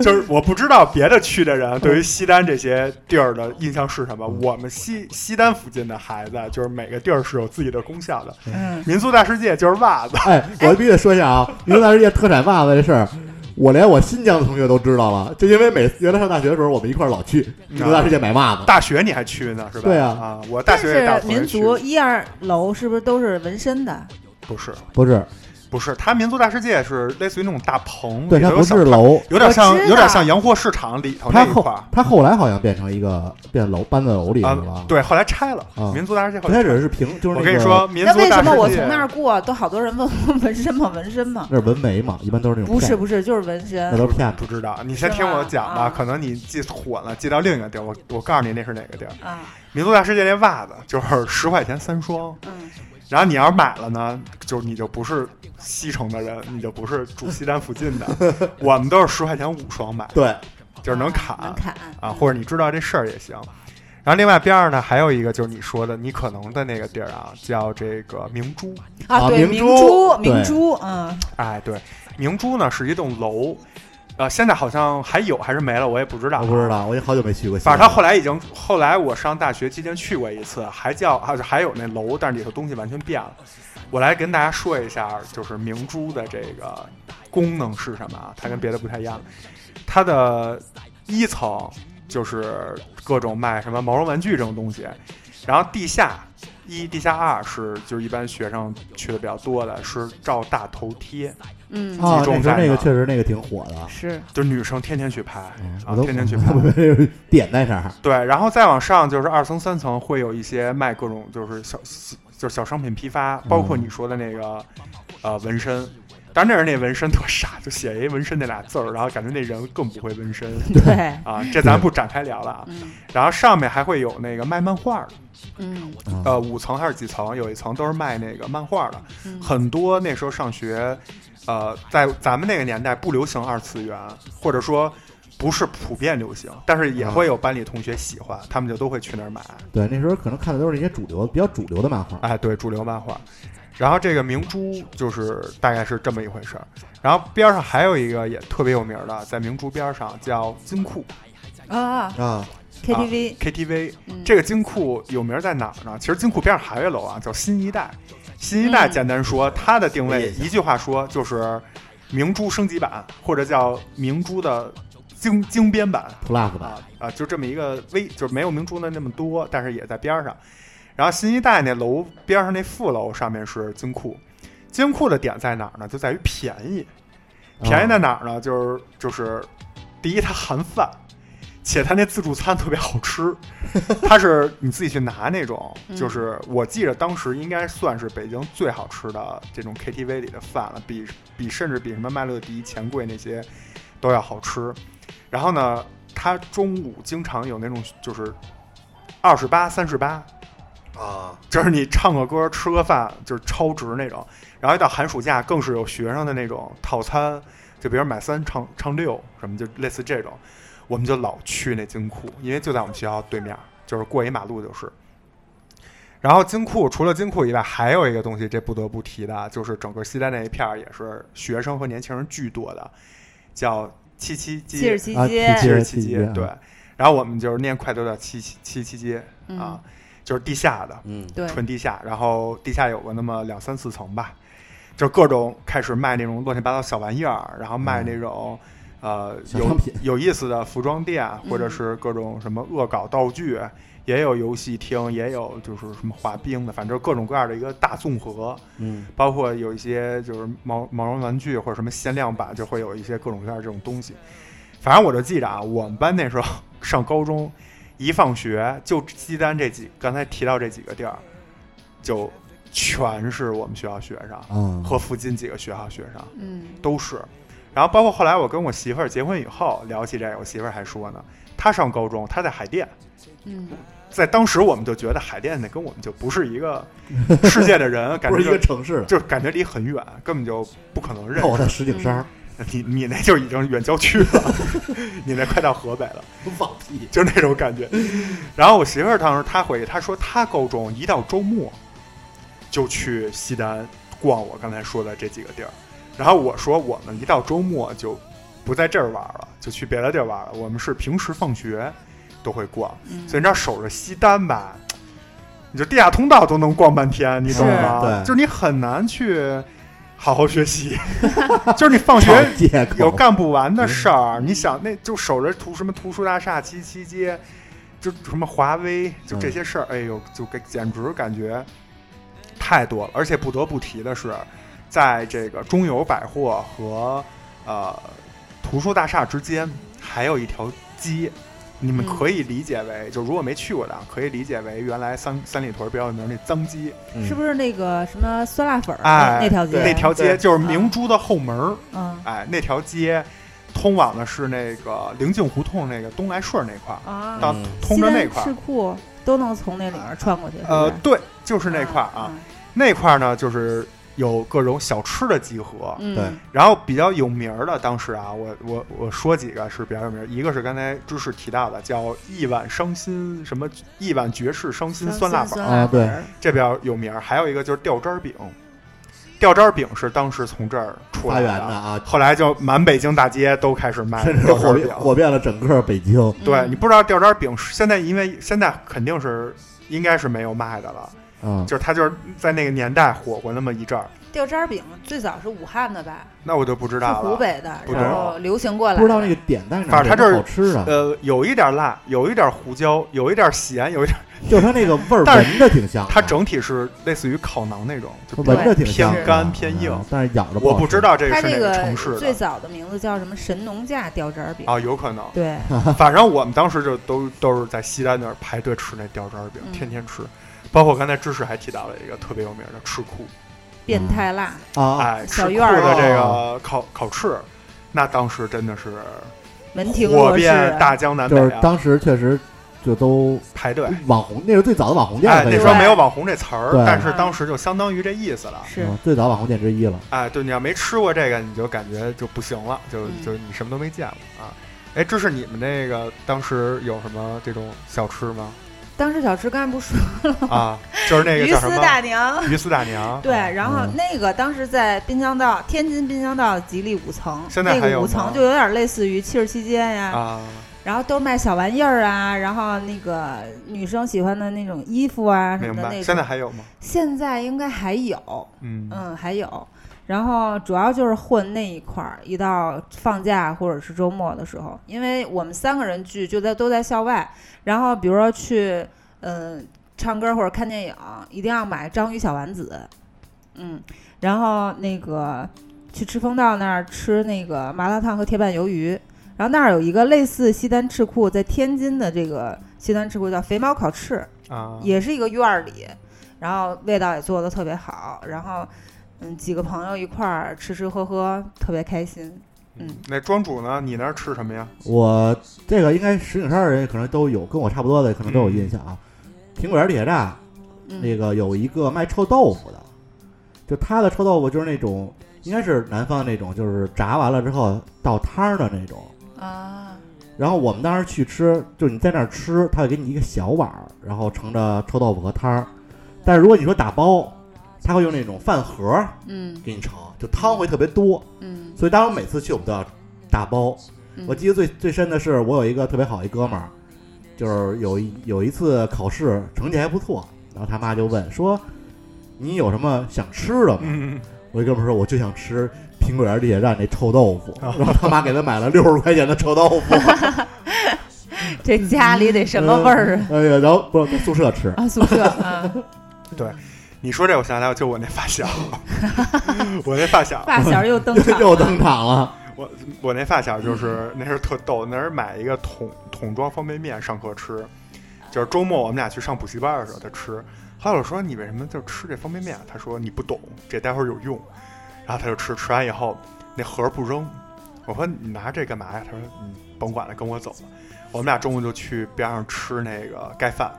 S3: 就是我不知道别的区的人对于西单这些地儿的印象是什么。我们西西单附近的孩子，就是每个地儿是有自己的功效的。
S2: 嗯
S3: 民族大世界就是袜子，
S4: 哎，我必须得说一下啊，民族大世界特产袜子这事儿，我连我新疆的同学都知道了，就因为每原来上大学的时候，我们一块儿老去
S3: 嗯
S4: 民族大世界买袜子。
S3: 大学你还去呢是吧？
S4: 对啊
S3: 啊，我大
S2: 但
S3: 学也大
S2: 是
S3: 同学
S2: 民
S3: 去
S2: 族一二楼是不是都是纹身的？
S3: 不是
S4: 不是，
S3: 不是，它民族大世界是类似于那种大棚，
S4: 对，
S3: 里头嗯有
S4: 它不
S3: 小
S4: 是
S3: 摊
S4: 楼，
S3: 有点像
S2: 我知道
S3: 有点像洋货市场里头那
S4: 它
S3: 一
S4: 后
S3: 块儿
S4: 它后来好像变成一个变楼搬到楼里去了
S3: 啊
S4: 吧，？，
S3: 对，后来拆了
S4: 啊，
S3: 民族大世界后
S4: 最
S3: 来
S4: 开
S3: 拆了。
S4: 始是平，就
S3: 我
S4: 是那
S3: 跟你
S4: 个
S3: 说，民
S2: 那
S3: 族
S2: 为
S3: 大
S2: 什么我
S3: 世
S2: 从那儿
S3: 界嗯
S2: 过，都好多人问我纹身吗？纹身吗？
S4: 那是纹眉嘛，一般都是那种
S2: 不是
S4: 片，
S2: 不是，就是纹
S4: 那
S2: 身。
S4: 都是骗子
S3: 不知道，你先
S2: 是
S3: 听
S2: 吧
S3: 我讲吧，
S2: 啊
S3: 可能你记混了，记到另一个地儿。我我告诉你那是哪个地儿。
S2: 啊，
S3: 民族大世界那袜子就是十块钱三双，
S2: 嗯，
S3: 然后你要是买了呢，就是你就不是西城的人，你就不是住西单附近 *laughs* 的。我们都是十块钱五双买，
S4: 对，
S3: 就是能砍
S2: 嗯能砍
S3: 啊，或者你知道这事儿也行。然后另外边儿呢，还有一个就是你说的你可能的那个地儿啊，叫这个明珠。
S4: 啊
S2: 啊，对，
S4: 明
S2: 明
S4: 珠
S2: 珠，明
S4: 对
S2: 珠，嗯，
S3: 哎，对，明珠呢是一栋楼，呃，现在好像还有还是没了，我也不知道。啊
S4: 我不知。道，我也好久没去过西
S3: 反
S4: 安了。
S3: 正他后来已经，后来我上大学期间去过一次，还叫还还有那楼，但是里头东西完全变了。我来跟大家说一下，就是明珠的这个功能是什么啊？它跟别的不太一样，它的一层就是各种卖什么毛绒玩具这种东西，然后地下一、地下二是就是一般学生去的比较多的，是照大头贴，
S2: 嗯，
S4: 啊，
S3: 集中
S4: 那时
S3: 在
S4: 候那个
S3: 哪
S4: 确实那个挺火的，
S3: *laughs*
S2: 是
S3: 就是女生天天去拍
S4: 嗯
S3: 啊
S4: 我，都
S3: 天天去拍。
S4: 我 *laughs* 点在这儿，啊
S3: 对，然后再往上就是二层、三层会有一些卖各种就是小就是小商品批发，包括你说的那个呃纹身。当然那人那纹身特傻，就写一纹身那俩字儿，然后感觉那人更不会纹身
S2: 对，
S3: 啊。这咱不展开
S2: *laughs*
S3: 聊了啊。
S2: 嗯
S3: 然后上面还会有那个卖漫画的，
S2: 嗯
S4: 嗯
S3: 呃，五层还是几层？有一层都是卖那个漫画的，
S2: 嗯
S3: 很多那时候上学，呃，在咱们那个年代不流行二次元，或者说不是普遍流行，但是也会有班里同学喜欢，他们就都会去那儿买。
S4: 对，那时候可能看的都是一些主流、比较主流的漫画。
S3: 哎，对，主流漫画。然后这个明珠就是大概是这么一回事儿。然后边上还有一个也特别有名儿的，在明珠边上叫金库
S2: 啊
S4: 啊，
S2: ，KTV，
S3: KTV。
S2: 嗯
S3: 这个金库有名儿在哪儿呢？其实金库边上还有一楼啊，叫新一代。新一代
S2: 嗯
S3: 简单说，它的定位
S7: 理解
S3: 一句话说就是明珠升级版，或者叫明珠的精精编版。
S4: plus 吧，
S3: 啊啊，就这么一个微，就是没有明珠的那么多，但是也在边儿上。然后新一代那楼边上那副楼上面是金库，金库的点在哪儿呢？就在于便宜，便宜在哪儿呢？就是就是，第一它含饭，且它那自助餐特别好吃，它是你自己去拿那种，就是我记着当时应该算是北京最好吃的这种 KTV 里的饭了，比比甚至比什么麦乐迪、钱柜那些都要好吃。然后呢，它中午经常有那种就是二十八、三十八，
S7: 啊，
S3: 就是你唱个歌、吃个饭，就是超值那种。然后一到寒暑假，更是有学生的那种套餐，就比如买三唱唱六什么，就类似这种。我们就老去那金库，因为就在我们学校对面，就是过一马路就是。然后金库除了金库以外，还有一个东西，这不得不提的，就是整个西单那一片儿也是学生和年轻人巨多的，叫七七
S2: 七
S3: 街
S2: 十。七
S4: 啊
S2: 街，
S4: 七
S3: 七
S4: 十
S3: 十
S4: 七
S3: 七
S4: 街
S3: 街
S4: 啊，
S3: 对。然后我们就是念快都叫七七七七街啊，就是地下的，
S7: 嗯，
S2: 对，
S3: 纯地下，然后地下有个那么两三四层吧，就是各种开始卖那种乱七八糟小玩意儿，然后卖那种、呃
S4: 小商
S3: 有
S4: 品
S3: 有意思的服装店，啊或者是各种什么恶搞道具，也有游戏厅，也有就是什么滑冰的，反正各种各样的一个大综合。
S7: 嗯，
S3: 包括有一些就是毛毛绒玩具或者什么限量版，就会有一些各种各样的这种东西。反正我就记着啊，我们班那时候上高中，一放学就西单这几刚才提到这几个地儿，就全是我们学校学生
S4: 啊，
S3: 和附近几个学校学生
S2: 嗯
S3: 都是。然后包括后来我跟我媳妇儿结婚以后聊起这个，我媳妇儿还说呢，她上高中，她在海淀，
S6: 嗯，
S3: 在当时我们就觉得海淀那跟我们就不是一个世界的人，感
S4: 不
S3: 觉
S4: 是一
S3: 就
S4: 个城市了，
S3: 就是感觉离很远，根本就不可能认
S4: 我
S3: 识。
S4: 在石景山，
S3: *laughs* 你你那就已经远郊区了， *laughs* 你那快到河北了，
S4: 放 *laughs* 屁！
S3: 就那种感觉。然后我媳妇儿当时她回忆，她说她高中一到周末就去西单逛我刚才说的这几个地儿。然后我说我们一到周末就不在这儿玩了，就去别的地儿玩了。我们是平时放学都会逛，
S2: 嗯
S3: 所以你知道守着西单吧，你就地下通道都能逛半天，你懂吗？
S4: 是对
S3: 就是你很难去好好学习， *laughs* 就是你放学
S4: 找借口
S3: 有干不完的事
S7: 嗯
S3: 儿。哎你想，那就守着图什么图书大厦、七七街，就什么华威，就这些事儿，哎呦，就给简直感觉太多了。而且不得不提的是，在这个中友百货和呃图书大厦之间，还有一条街。你们
S6: 嗯
S3: 可以理解为，就如果没去过的啊，可以理解为原来三三里屯比较有名那脏街，
S4: 嗯
S6: 是不是那个什么酸辣粉儿
S3: 哎
S6: 那条街？
S3: 那条街
S7: 对
S3: 就是明珠的后门儿。
S6: 嗯
S3: 哎，那条街通往的是那个临近胡同那个东来顺那块儿，
S6: 啊，
S3: 到
S7: 嗯
S3: 通着那
S6: 西
S3: 块
S6: 单
S3: 儿
S6: 市。库都能从那里面穿过去。是不是
S3: 呃，对，就是那块儿啊，，那块儿呢就是有各种小吃的集合，
S6: 嗯，
S4: 对
S3: 然后比较有名儿的，当时啊，我我我说几个是比较有名儿，一个是刚才知识提到的，叫一碗伤心什么一碗绝世伤心酸辣粉儿，
S4: 啊对
S6: 粉儿
S3: 这比较有名儿，还有一个就是掉渣儿饼，掉渣儿饼是当时从这儿出
S4: 发
S3: 来
S4: 源的啊，
S3: 后来就满北京大街都开始卖
S4: *laughs* 甚至
S3: 掉渣
S4: 火
S3: 嗯儿
S4: 遍
S3: 饼，
S4: 火遍了整个北京。
S3: 啊对
S6: 嗯
S3: 你不知道掉渣饼是现在，因为现在肯定是应该是没有卖的了，
S4: 嗯，
S3: 就是它就是在那个年代火过那么一阵儿，
S2: 掉渣儿饼最早是武汉的吧？
S3: 那我就不知
S2: 是
S3: 道
S2: 湖
S3: 了。
S2: 北的，
S3: 不知道啊
S2: 然后流行过来的。
S4: 不知道那个点在哪儿，
S3: 反正它这儿
S4: 有什么好吃的，
S3: 呃，有一点辣，有一点胡椒，有一点咸，有一点，
S4: 就是它那个味儿
S3: 但是
S4: 闻着挺像的，
S3: 它整体是类似于烤馕那种，就比
S4: 闻着挺像的
S3: 偏干偏硬。
S4: 嗯但是咬着
S3: 我
S4: 好
S3: 不
S4: 吃
S3: 知道这
S2: 它
S3: 是哪
S2: 这
S3: 个
S2: 个
S3: 城市
S2: 最
S3: 的
S2: 早的名字叫什么？神农架掉渣儿饼。
S3: 啊，有可能。
S6: 对，
S3: 反正我们当时就都都是在西单那儿排队吃那掉渣饼，
S2: 嗯
S3: 天天吃。包括刚才知识还提到了一个特别有名的吃库，
S6: 变态辣，
S2: 哦
S4: 啊，
S3: 哎，
S6: 小
S3: 吃
S6: 院儿
S3: 库的这
S4: 哦
S3: 个烤烤翅，那当时真的是
S6: 门庭
S3: 火
S6: 若市。
S3: 遍大江南
S4: 就
S3: 北
S4: 是
S3: 啊，
S4: 当时确实就都
S3: 排队。
S4: 网红，那是最早的网红店
S3: 哎，
S4: 了，可
S3: 那
S4: 以
S3: 时
S4: 说
S3: 候没有“网红”这词儿
S4: 对，
S3: 但是当时就相当于这意思了。
S6: 是
S4: 嗯最早网红店之一了。
S3: 哎，对，你要没吃过这个，你就感觉就不行了，就
S2: 嗯
S3: 就你什么都没见过啊。哎，这是你们那个当时有什么这种小吃吗？
S6: 当时小吃刚才不是说
S2: *laughs*
S3: 啊，就是那个
S2: 鱼
S3: 叫
S2: 丝
S3: 什么嗯
S2: 大娘。
S3: 鱼丝大娘，
S2: *laughs* 对，然后
S4: 嗯
S2: 那个当时在滨江道，天津滨江道吉利五层，
S3: 现在还
S2: 那个
S3: 有
S2: 五
S3: 吗
S2: 层就有点类似于七十七街呀，
S3: 啊，
S2: 然后都卖小玩意儿啊，然后那个女生喜欢的那种衣服啊什
S3: 明
S2: 么的那
S3: 白。
S2: 种。
S3: 现在还有吗？
S2: 现在应该还有，
S3: 嗯，
S2: 嗯，还有。然后主要就是混那一块儿，一到放假或者是周末的时候，因为我们三个人聚就在都在校外，然后比如说去嗯、呃唱歌或者看电影，一定要买章鱼小丸子，嗯，然后那个去赤峰道那儿吃那个麻辣烫和铁板鱿鱼，然后那儿有一个类似西单赤库，在天津的这个西单赤库叫肥猫烤翅，
S3: 啊，
S2: 也是一个院儿里，然后味道也做的特别好，然后嗯几个朋友一块儿吃吃喝喝，特别开心。嗯，
S3: 那庄主呢？你那儿吃什么呀？
S4: 我这个应该石景山的人可能都有，跟我差不多的可能都有印象啊。苹果园地铁站
S2: 嗯
S4: 那个有一个卖臭豆腐的，就他的臭豆腐就是那种应该是南方那种，就是炸完了之后倒汤儿的那种。
S2: 啊，
S4: 然后我们当时去吃，就是你在那儿吃，他会给你一个小碗儿，然后盛着臭豆腐和汤儿。但是如果你说打包，他会用那种饭盒儿
S2: 嗯
S4: 给你盛，就汤会特别多。
S2: 嗯
S4: 所以当时每次去我们都要打包。
S2: 嗯
S4: 我记得最最深的是，我有一个特别好一哥们儿，就是有一有一次考试成绩还不错，然后他妈就问说：“你有什么想吃的吗？”
S3: 嗯，
S4: 我一哥们儿说：“我就想吃苹果园地铁站那臭豆腐。”
S3: 啊
S4: 然后他妈给他买了六十块钱的臭豆腐，
S6: 这家里得什么味儿啊？
S4: 哎呀，然后不是在宿舍
S2: *laughs*
S4: 吃，
S6: *laughs* 啊，宿舍啊，
S3: 你说这我想起来，就我那发
S2: *laughs*
S3: 小，我那发小，
S6: 发小又登
S3: *laughs*
S6: 场
S4: 又
S6: 了，
S4: 登场了。
S3: 我那发小就是那时候特逗，那时候买一个桶桶装方便面上课吃，就是周末我们俩去上补习班的时候他吃。后来我说你为什么就吃这方便面啊？他说你不懂，这待会儿有用。然后他就吃，吃完以后那盒儿不扔，我说你拿这干嘛呀？他说嗯，甭管了，跟我走吧。我们俩中午就去边上吃那个盖饭，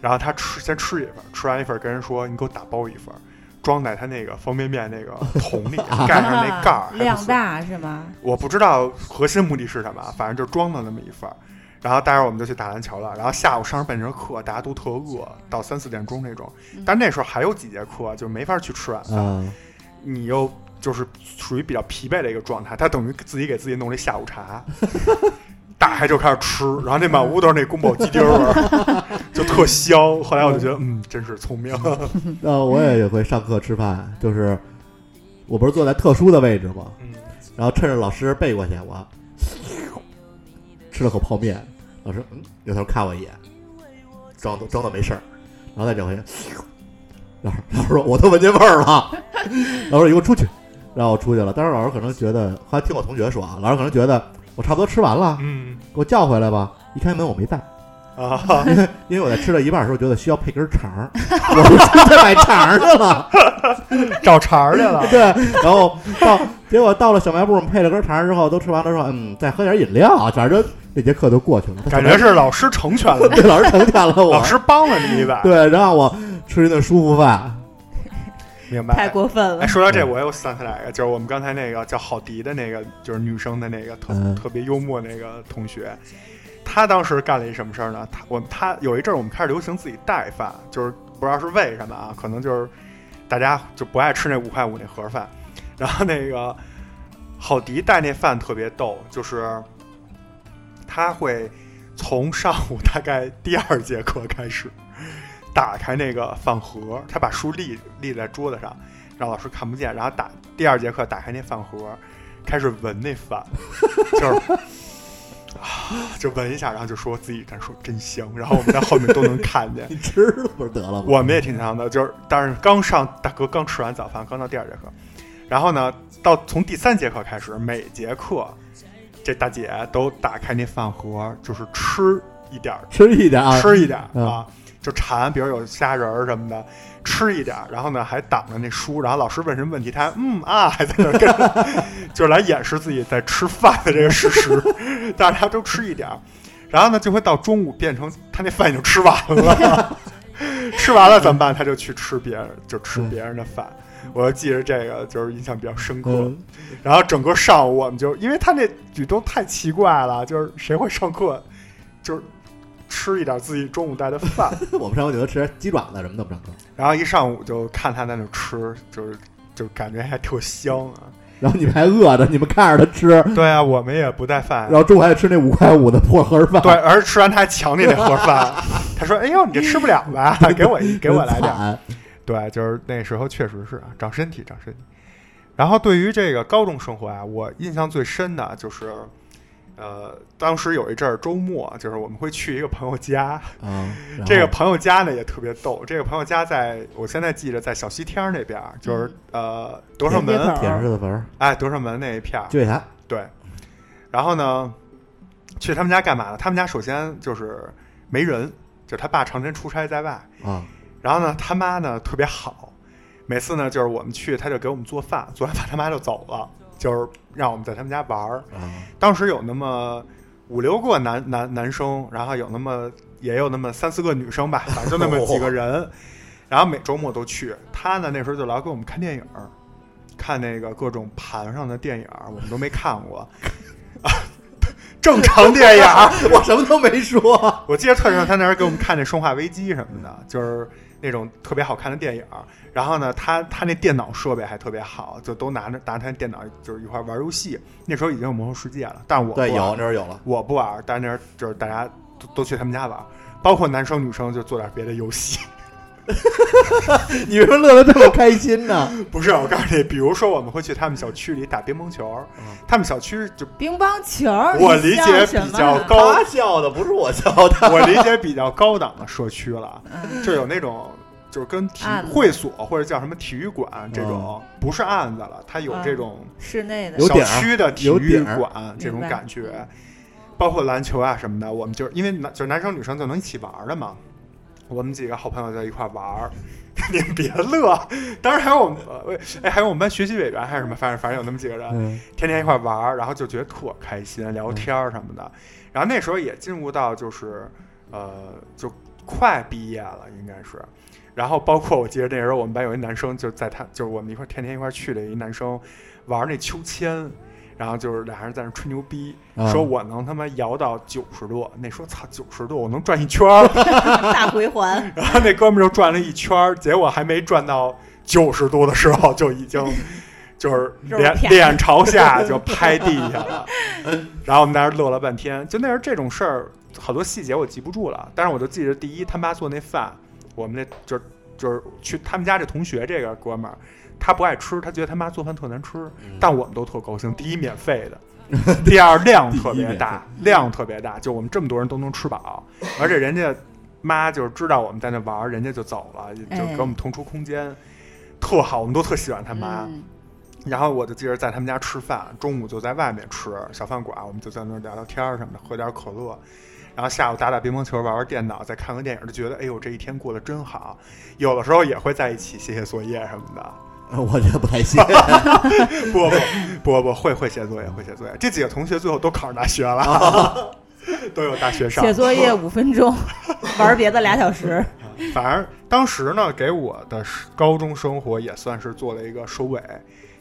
S3: 然后他吃先吃一份，吃完一份跟人说你给我打包一份，装在他那个方便面那个桶里，盖上
S2: 啊
S3: 那盖儿，还不
S6: 量
S3: 错
S6: 大是吗？
S3: 我不知道核心目的是什么，啊反正就装了那么一份儿。然后待会儿我们就去打篮球了。然后下午上着半节课，大家都特饿，到三四点钟那种。但那时候还有几节课，就没法去吃晚饭。
S4: 嗯，
S3: 你又就是属于比较疲惫的一个状态，他等于自己给自己弄了一下午茶， *laughs* 打开就开始吃，然后那满屋都是那宫保鸡丁味儿， *laughs* 就特香。后来我就觉得，嗯，真是聪明。
S4: 那我也会上课吃饭，就是我不是坐在特殊的位置吗？
S3: 嗯，
S4: 然后趁着老师背过去，我吃了口泡面，老师嗯扭头看我一眼，装作装作没事儿，然后再扭回去，老师老师说我都闻见味儿了， *laughs* 老师说你给我出去，然后我出去了。当时老师可能觉得，后来听我同学说啊，老师可能觉得我差不多吃完了，
S3: 嗯
S4: 给我叫回来吧。一开门我没在，
S3: *laughs* 啊，
S4: 因为我在吃到一半的时候觉得需要配根肠儿， *laughs* 我出去买肠儿去了。
S3: 找茬儿去了。
S4: *laughs* 对，然后到结果到了小卖部，我们配了根肠之后，都吃完了说，嗯，再喝点饮料，反正那节课就过去了。
S3: 感觉是老师成全了你，
S4: 对老师成全了 *laughs* 我，
S3: 老师帮了你一把。
S4: 对，让我吃一顿舒服饭。
S3: 明白。
S2: 太过分了
S3: 哎，。说到这，我又想起来一个，就是我们刚才那个叫郝迪的那个，就是女生的那个特、
S4: 嗯
S3: 特别幽默那个同学，她当时干了一什么事儿呢？她我她有一阵儿我们开始流行自己带饭，就是不知道是为什么啊，可能就是大家就不爱吃那五块五那盒饭，然后那个郝迪带那饭特别逗，就是他会从上午大概第二节课开始。打开那个饭盒，他把书立立在桌子上，让老师看不见。然后打第二节课打开那饭盒，开始闻那饭， *laughs* 就是啊，就闻一下，然后就说自己在说真香。然后我们在后面都能看见，
S4: 你吃了不是得了吗？
S3: 我们也挺强的，就是但是刚上大哥刚吃完早饭，刚到第二节课，然后呢，到从第三节课开始，每节课这大姐都打开那饭盒，就是吃一点儿
S4: 吃一点啊，
S3: 吃一点儿
S4: 嗯
S3: 啊，就馋，比如有虾仁儿什么的，吃一点儿，然后呢还挡着那书，然后老师问什么问题，他还嗯啊还在那儿跟， *laughs* 就是来掩饰自己在吃饭的这个事实， *laughs* 大家都吃一点儿，然后呢就会到中午变成他那饭已经吃完了， *laughs* 吃完了怎么办？他就去吃别人，就吃别人的饭。我就记着这个，就是印象比较深刻。
S4: 嗯，
S3: 然后整个上午我们就，因为他那举动太奇怪了，就是谁会上课，就是吃一点自己中午带的饭，
S4: 我们上回顶多吃点鸡爪子什么的，不上课。
S3: 然后一上午就看他在那吃，就是就感觉还特香啊。
S4: 然后你们还饿着，你们看着他吃，
S3: 对啊，我们也不带饭
S4: 然，后中午还得吃那五块五的破盒饭，
S3: 对，而吃完他还抢你那盒饭，他说：“哎呦，你这吃不了吧？给我一给我来点。”
S4: *laughs* 点。
S3: 对，就是那时候确实是啊，长身体，长身体。然后对于这个高中生活啊，我印象最深的就是，呃，当时有一阵儿周末，就是我们会去一个朋友家，
S4: 嗯，然后
S3: 这个朋友家呢也特别逗。这个朋友家在我现在记着在小西天儿那边儿，就是、呃德胜
S6: 铁街
S3: 门，
S6: 口
S4: 铁石子坟、
S3: 哎德胜门那一片儿，
S4: 就业台，
S3: 对。然后呢，去他们家干嘛呢？他们家首先就是没人，就他爸常年出差在外，
S4: 啊，
S3: 然后呢，他妈呢特别好，每次呢就是我们去，他就给我们做饭，做完饭他妈就走了，就是让我们在他们家玩儿。
S4: 啊
S3: 当时有那么五六个男男男生，然后有那么也有那么三四个女生 *laughs* 吧，反正就那么几个人。然后每周末都去，他呢那时候就老给我们看电影儿，看那个各种盘上的电影儿，我们都没看 *laughs* 过。正常
S4: 哎
S3: 电影儿，
S4: *laughs* 我什么都没说。
S3: 我记得特清，他那时候给我们看那《生化危机》什么的，就是那种特别好看的电影儿。然后呢，他他那电脑设备还特别好，就都拿着拿他电脑就是一块儿玩游戏。那时候已经有《魔兽世界》了，但我
S4: 对，
S3: 不玩
S4: 有那时候有了，
S3: 我不玩儿，但是那时候就是大家都都去他们家玩儿，包括男生女生就做点别的游戏。 *laughs*
S4: *laughs* 你为什么乐得这么开心呢？
S3: 不是，我告诉你，比如说我们会去他们小区里打乒乓球儿，
S4: 嗯
S3: 他们小区就
S6: 乒乓球，
S3: 我
S6: 你
S3: 理
S6: 笑
S3: 解
S6: 什
S3: 比
S6: 么
S3: 较
S6: 呢
S3: 高
S7: *laughs* 他笑的不是我笑的，
S3: 我理解比较高档的社区了，
S2: 嗯
S3: 就有那种就是跟体
S6: 案子
S3: 会所或者叫什么体育馆这种，不是案子了，它有这种
S6: 室内的
S4: 哦有
S3: 小
S4: 点儿
S3: 区的体
S4: 有
S3: 育
S4: 点儿
S3: 馆这种
S6: 嗯明白
S3: 感觉，包括篮球啊什么的，我们就是因为男就是男生女生就能一起玩儿的嘛。我们几个好朋友在一块玩儿， *laughs* 你们别乐。当时还有我们，呃哎，还有我们班学习委员还是什么，反正反正有那么几个人，
S4: 嗯
S3: 天天一块玩儿，然后就觉得特开心，聊天儿什么的。然后那时候也进入到就是，呃，就快毕业了，应该是。然后包括我记得那时候我们班有一男生，就在他就是我们一块儿天天一块儿去的一男生玩儿那秋千，然后就是俩人在那儿吹牛逼，
S4: 啊
S3: 说我能他妈摇到九十度，那说操九十度我能转一圈儿，
S8: 大回
S3: *laughs*
S8: 环，
S3: 然后那哥们儿就转了一圈儿，结果还没转到九十度的时候，就已经 *laughs* 就是脸
S8: 肉片
S3: 脸朝下就拍地
S8: *laughs*
S3: 下了。然后我们在那儿乐了半天。就那时候这种事儿，好多细节我记不住了，但是我就记着第一，他妈做那饭，我们那就是就是去他们家这同学这个哥们儿，他不爱吃，他觉得他妈做饭特难吃，但我们都特高兴，第一免费的。 *laughs* 第二量特别大，量特别大，就我们这么多人都能吃饱，而且人家妈就是知道我们在那玩儿，人家就走了，就给我们腾出空间，特好，我们都特喜欢他妈。
S2: 嗯
S3: 然后我就记着在他们家吃饭，中午就在外面吃小饭馆，我们就在那儿聊聊天儿什么的，喝点可乐，然后下午打打乒乓球，玩玩电脑，再看个电影，就觉得哎呦这一天过得真好。有的时候也会在一起写写作业什么的，
S4: *laughs* 我觉得不太行。
S3: 不不不不会会写作业会写作业。这几个同学最后都考上大学了， *laughs* 都有大学上。
S8: 哦写作业五分
S3: *laughs*
S8: 钟，玩别的俩小时，
S3: 反正当时呢，给我的是高中生活也算是做了一个收尾，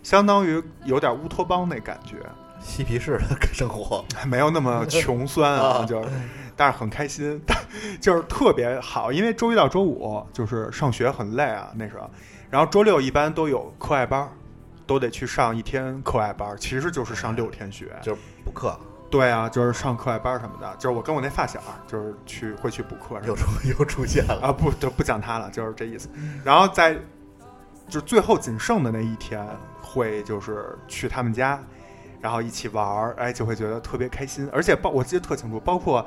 S3: 相当于有点乌托邦那感觉。
S7: *laughs* 嬉皮士的生
S4: *laughs*
S7: 活，
S3: 没有那么穷酸
S8: *laughs*
S3: 啊，就是，
S8: 嗯
S3: 但是很开心， *laughs* 但就是特别好，因为周一到周五就是上学很累啊，那时候，然后周六一般都有课外班儿，都得去上一天课外班儿，其实就是上六天学。
S7: 就是补课，
S3: 对啊，就是上课外班儿什么的，就是我跟我那发小，就是去会去补课什么
S7: 又出 *laughs* 又出现
S3: 的
S7: 了。
S3: 啊，不就不讲他了，就是这意思。然后在就最后仅剩的那一天，会就是去他们家，然后一起玩儿，哎，就会觉得特别开心。而且包我记得特清楚，包括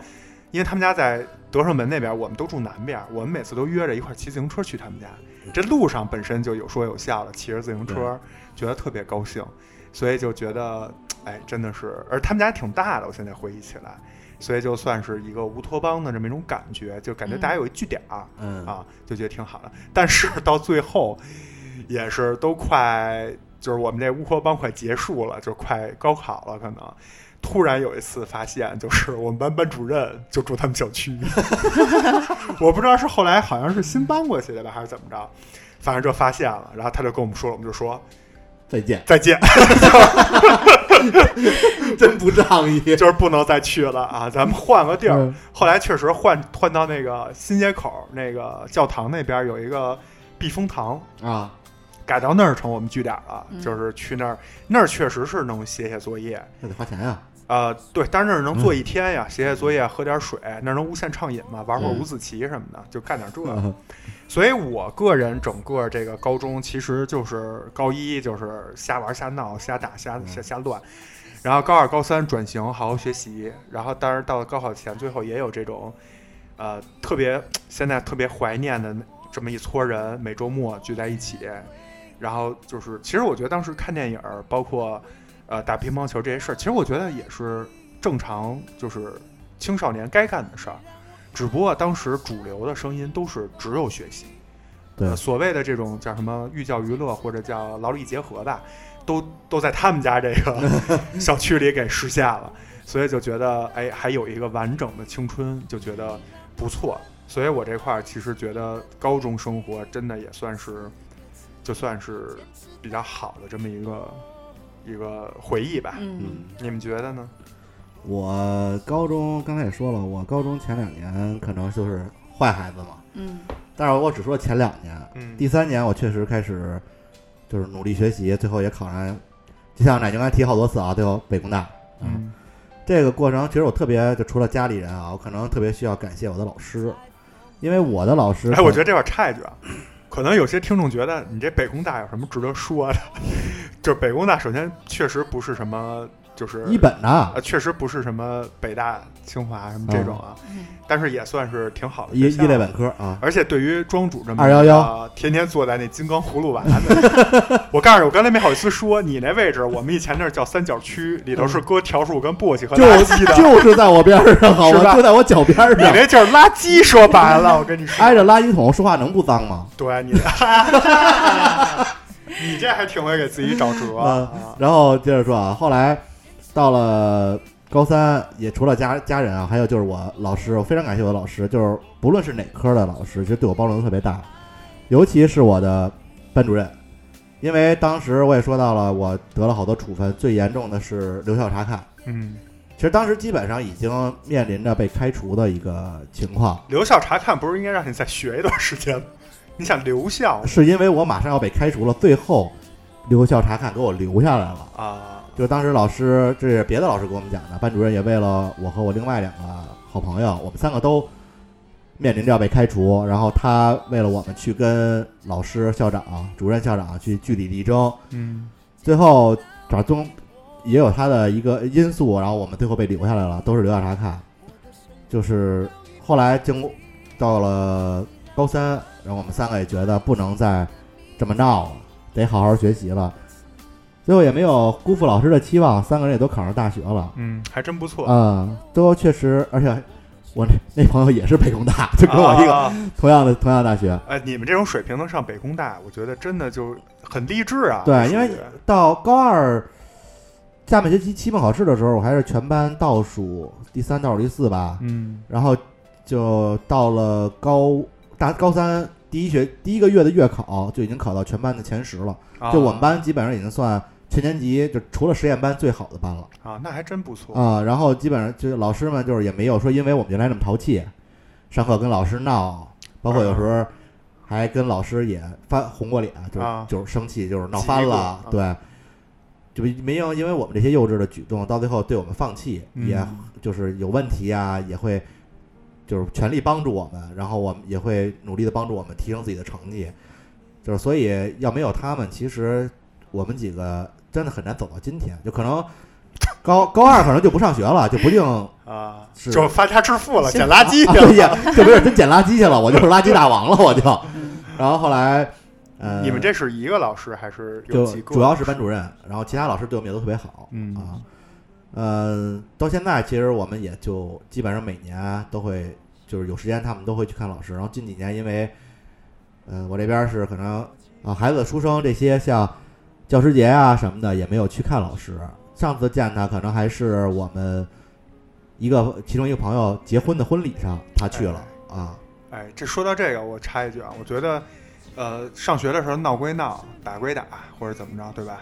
S3: 因为他们家在德胜门那边，我们都住南边，我们每次都约着一块儿骑自行车去他们家。这路上本身就有说有笑的，骑着自行车，觉得特别高兴，所以就觉得哎，真的是，而他们家挺大的，我现在回忆起来。所以就算是一个乌托邦的这么一种感觉，就感觉大家有一据点儿，
S7: 嗯，
S3: 啊，就觉得挺好的。但是到最后，也是都快就是我们这乌托邦快结束了，就快高考了，可能突然有一次发现，就是我们班班主任就住他们小区，我不知道是后来好像是新搬过去的吧，还是怎么着，反正就发现了，然后他就跟我们说了，我们就说
S4: 再见， *laughs*
S3: 再见， *laughs*
S4: 真不仗
S7: *laughs*
S4: 义。
S3: 就是不能再去了啊，咱们换个地儿。
S4: 嗯
S3: 后来确实换换到那个新街口那个教堂那边有一个避风塘，
S4: 嗯啊，
S3: 改到那儿成我们据点了，
S2: 嗯
S3: 就是去那儿，那儿确实是能写写作业，
S4: 那得花钱啊呀。
S3: 呃，对，但是那儿能
S4: 嗯
S3: 坐一天呀，写写作业，喝点水，那儿能无限畅饮嘛，玩会儿
S4: 嗯
S3: 五子棋什么的，就干点这个。
S4: 嗯
S3: 所以我个人整个这个高中其实就是高一就是瞎玩瞎闹瞎打瞎
S4: 嗯
S3: 瞎瞎乱，然后高二高三转型好好学习，然后当然到了高考前，最后也有这种，呃，特别现在特别怀念的那这么一撮人，每周末聚在一起，然后就是其实我觉得当时看电影儿，包括呃打乒乓球这些事儿，其实我觉得也是正常，就是青少年该干的事儿。只不过当时主流的声音都是只有学习，
S4: 对
S3: 呃所谓的这种叫什么寓教于乐或者叫劳逸结合吧，都都在他们家这个小区里给实现了，所以就觉得哎，还有一个完整的青春，就觉得不错。所以我这块儿其实觉得高中生活真的也算是，就算是比较好的这么一个一个回忆吧。
S2: 嗯，
S3: 你们觉得呢？
S4: 我高中刚才也说了，我高中前两年可能就是坏孩子嘛，
S2: 嗯
S4: 但是我只说前两年，
S3: 嗯
S4: 第三年我确实开始就是努力学习，最后也考上，就像奶牛刚才提好多次啊，最后北工大。
S3: 嗯
S4: 这个过程其实我特别，就除了家里人啊，我可能特别需要感谢我的老师，因为我的老师，
S3: 哎，我觉得这块儿插一句啊，可能有些听众觉 *laughs* 得你这北工大有什么值得说的？就是北工大，首先确实不是什么就是
S4: 一本呢，
S3: 呃，确实不是什么北大、清华什么这种啊，但是也算是挺好的
S4: 嗯一
S3: 学校
S4: 一类本科啊，
S3: 而且对于庄主这么
S4: 211
S3: 一个天天坐在那金刚葫芦娃那， *laughs* 我告诉你，我刚才没好意思说，你那位置我们以前那儿叫三角区，里头是搁笤帚跟簸箕和
S4: 嗯就
S3: 垃圾的，
S4: *laughs* 就是在我边上，好
S3: 是吧
S4: 吧，就在我脚边
S3: 你
S4: 上，
S3: 那就是垃圾。说白了，我跟你说，
S4: 挨着垃圾桶说话能不脏吗？
S3: 对
S4: *laughs*
S3: 你，你这还挺会给自己找辙啊。
S4: 然后接着说啊，后来到了高三，也除了家家人啊，还有就是我老师，我非常感谢我的老师，就是不论是哪科的老师，其实对我包容都特别大，尤其是我的班主任，因为当时我也说到了，我得了好多处分，最严重的是留校察看。
S3: 嗯，
S4: 其实当时基本上已经面临着被开除的一个情况，
S3: 留校察看不是应该让你再学一段时间吗？你想留校
S4: 是因为我马上要被开除了，最后留校察看给我留下来了。
S3: 啊？
S4: 就是当时老师，这是别的老师给我们讲的，班主任也为了我和我另外两个好朋友，我们三个都面临着要被开除，然后他为了我们去跟老师、校长、主任、校长去据理力争，
S3: 嗯，
S4: 最后反正也有他的一个因素，然后我们最后被留下来了，都是留下察看。就是后来经过到了高三，然后我们三个也觉得不能再这么闹了，得好好学习了。最后也没有辜负老师的期望，三个人也都考上大学了。
S3: 嗯，还真不错。
S4: 嗯，都确实，而且我那那朋友也是北工大，就跟我一个
S3: 啊
S4: 同样的、同样的大学。
S3: 哎，你们这种水平能上北工大，我觉得真的就很励志啊。
S4: 对
S3: 属于
S4: 因为到高二下半学期期末考试的时候，我还是全班倒数第三、倒数第四吧。
S3: 嗯
S4: 然后就到了高大高三第一学第一个月的月考，就已经考到全班的前十了。
S3: 啊
S4: 就我们班基本上已经算全年级就除了实验班最好的班了
S3: 啊，那还真不错。
S4: 啊、然后基本上就是老师们就是也没有说因为我们原来那么淘气，上课跟老师闹，包括有时候还跟老师也翻红过脸，就是、
S3: 啊
S4: 就是生气，就是闹翻了，
S3: 急过
S4: 对。就没有，因为我们这些幼稚的举动，到最后对我们放弃，
S3: 嗯
S4: 也就是有问题啊，也会就是全力帮助我们，然后我们也会努力的帮助我们提升自己的成绩。就是所以要没有他们，其实我们几个真的很难走到今天。就可能高 *coughs* 高二可能就不上学了，就不定 *coughs*
S3: 啊，
S4: 是啊
S3: 就发家致富了，捡垃圾啊去
S4: 对
S3: 了。
S4: 呀，就不是真捡垃圾去了，我就是垃圾大王了，我就。然后后来，呃，
S3: 你们这是一个老师还是有
S4: 就
S3: 几个？
S4: 主要是班主任，然后其他老师对我们也都特别好，
S3: 嗯
S4: 啊，呃，到现在其实我们也就基本上每年都会，就是有时间他们都会去看老师。然后近几年因为，呃，我这边是可能啊孩子的出生这些像教师节啊什么的也没有去看老师。上次见他可能还是我们一个其中一个朋友结婚的婚礼上他去了啊，
S3: 哎，这说到这个，我插一句啊，我觉得，呃，上学的时候闹归闹，打归打，或者怎么着，对吧？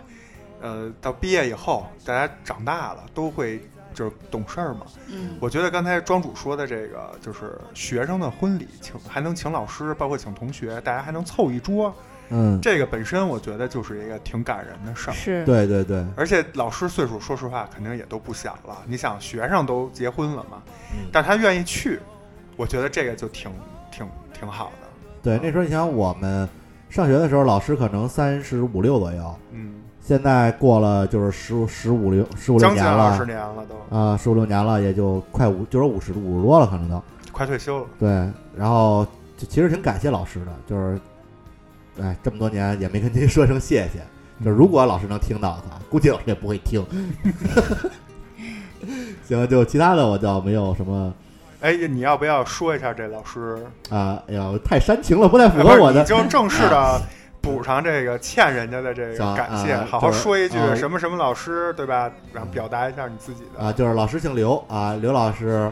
S3: 呃，到毕业以后，大家长大了都会就是懂事儿嘛。
S2: 嗯，
S3: 我觉得刚才庄主说的这个，就是学生的婚礼，请还能请老师，包括请同学，大家还能凑一桌，
S4: 嗯，
S3: 这个本身我觉得就是一个挺感人的事儿。
S6: 是
S4: 对对对，
S3: 而且老师岁数，说实话肯定也都不小了。你想，学生都结婚了嘛，
S4: 嗯
S3: 但他愿意去，我觉得这个就挺挺挺好的。
S4: 对，那时候你想我们上学的时候，老师可能三十五六左右，
S3: 嗯，
S4: 现在过了就是十十五六十五六
S3: 将
S4: 年
S3: 近二十
S4: 了，
S3: 年了都，
S4: 啊，十五六年了，也就快五就是五十五十多了，可能都
S3: 快退休了。
S4: 对。然后就其实挺感谢老师的，就是哎这么多年也没跟您说 *laughs* 声谢谢。就是如果老师能听到的话，估计老师也不会听。 *laughs* 行，就其他的我倒没有什么
S3: 哎，你要不要说一下这老师？
S4: 啊，哎呀，太煽情了，不太符
S3: 哎
S4: 合
S3: 不
S4: 我
S3: 是，
S4: 的
S3: 你。就
S4: *laughs*
S3: 正式的补偿这个欠人家的这
S4: 行
S3: 个感谢，
S4: 啊
S3: 好好
S4: 就是
S3: 说一句
S4: 啊嗯
S3: 什么什么老师，对吧？然后表达一下你自己的，
S4: 啊，就是老师姓刘啊，刘老师，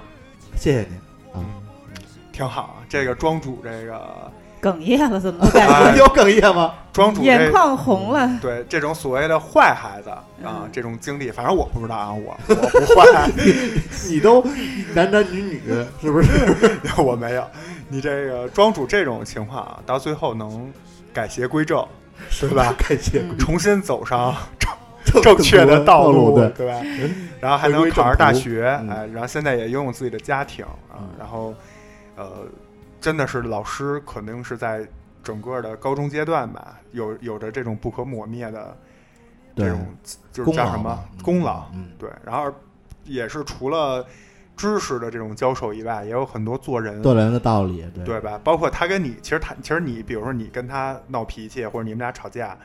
S4: 谢谢您。
S3: 挺好啊。这个庄主，这个
S8: 哽咽了，怎么都感觉
S3: 哎
S4: *laughs* 有哽咽吗？
S3: 庄主
S8: 眼
S3: 这嗯
S8: 眶红了。
S3: 对这种所谓的坏孩子啊，这种经历，反正我不知道啊，我我不坏， *laughs*
S4: 你都男男女女是不
S3: *laughs*
S4: 是？
S3: 我没有。你这个庄主这种情况啊，到最后能改邪归正，对吧？
S4: 感谢
S3: 重新走上
S4: *laughs*
S3: 正正确的道
S4: 路，对，
S3: 对吧？然后还能
S4: 回归
S3: 考
S4: 正途
S3: 上大学，
S4: 嗯
S3: 哎，然后现在也拥有自己的家庭啊
S4: 嗯，
S3: 然后呃，真的是老师肯定是在整个的高中阶段吧，有有着这种不可磨灭的
S4: 对
S3: 这种就是
S4: 功
S3: 叫
S4: 劳
S3: 什么
S4: 吧嗯
S3: 功劳，
S4: 嗯，
S3: 对，然后也是除了知识的这种交手以外，也有很多做人，
S4: 做嗯人的道理，对
S3: 对吧？包括他跟你，其实他其实你，比如说你跟他闹脾气，或者你们俩吵架，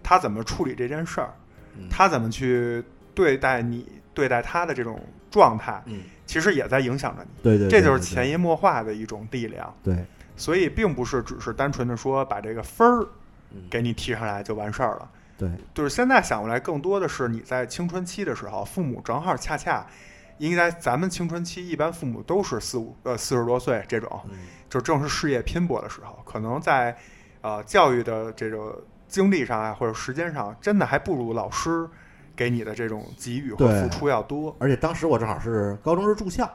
S3: 他怎么处理这件事儿，
S7: 嗯
S3: 他怎么去对待你，对待他的这种状态，
S7: 嗯
S3: 其实也在影响着你。
S4: 对对，
S3: 这就是
S4: 对
S3: 潜移默化的一种力量，
S4: 对，
S3: 所以并不是只是单纯的说把这个分儿
S7: 嗯
S3: 给你提上来就完事儿了。
S4: 对，
S3: 就是现在想过来，更多的是你在青春期的时候，父母正好恰恰应该咱们青春期一般父母都是四五呃四十多岁这种，
S7: 嗯
S3: 就正是事业拼搏的时候，可能在呃教育的这种精力上啊或者时间上，真的还不如老师给你的这种给予和
S4: 对
S3: 付出要多。
S7: 而且当时我正好是高中是住校，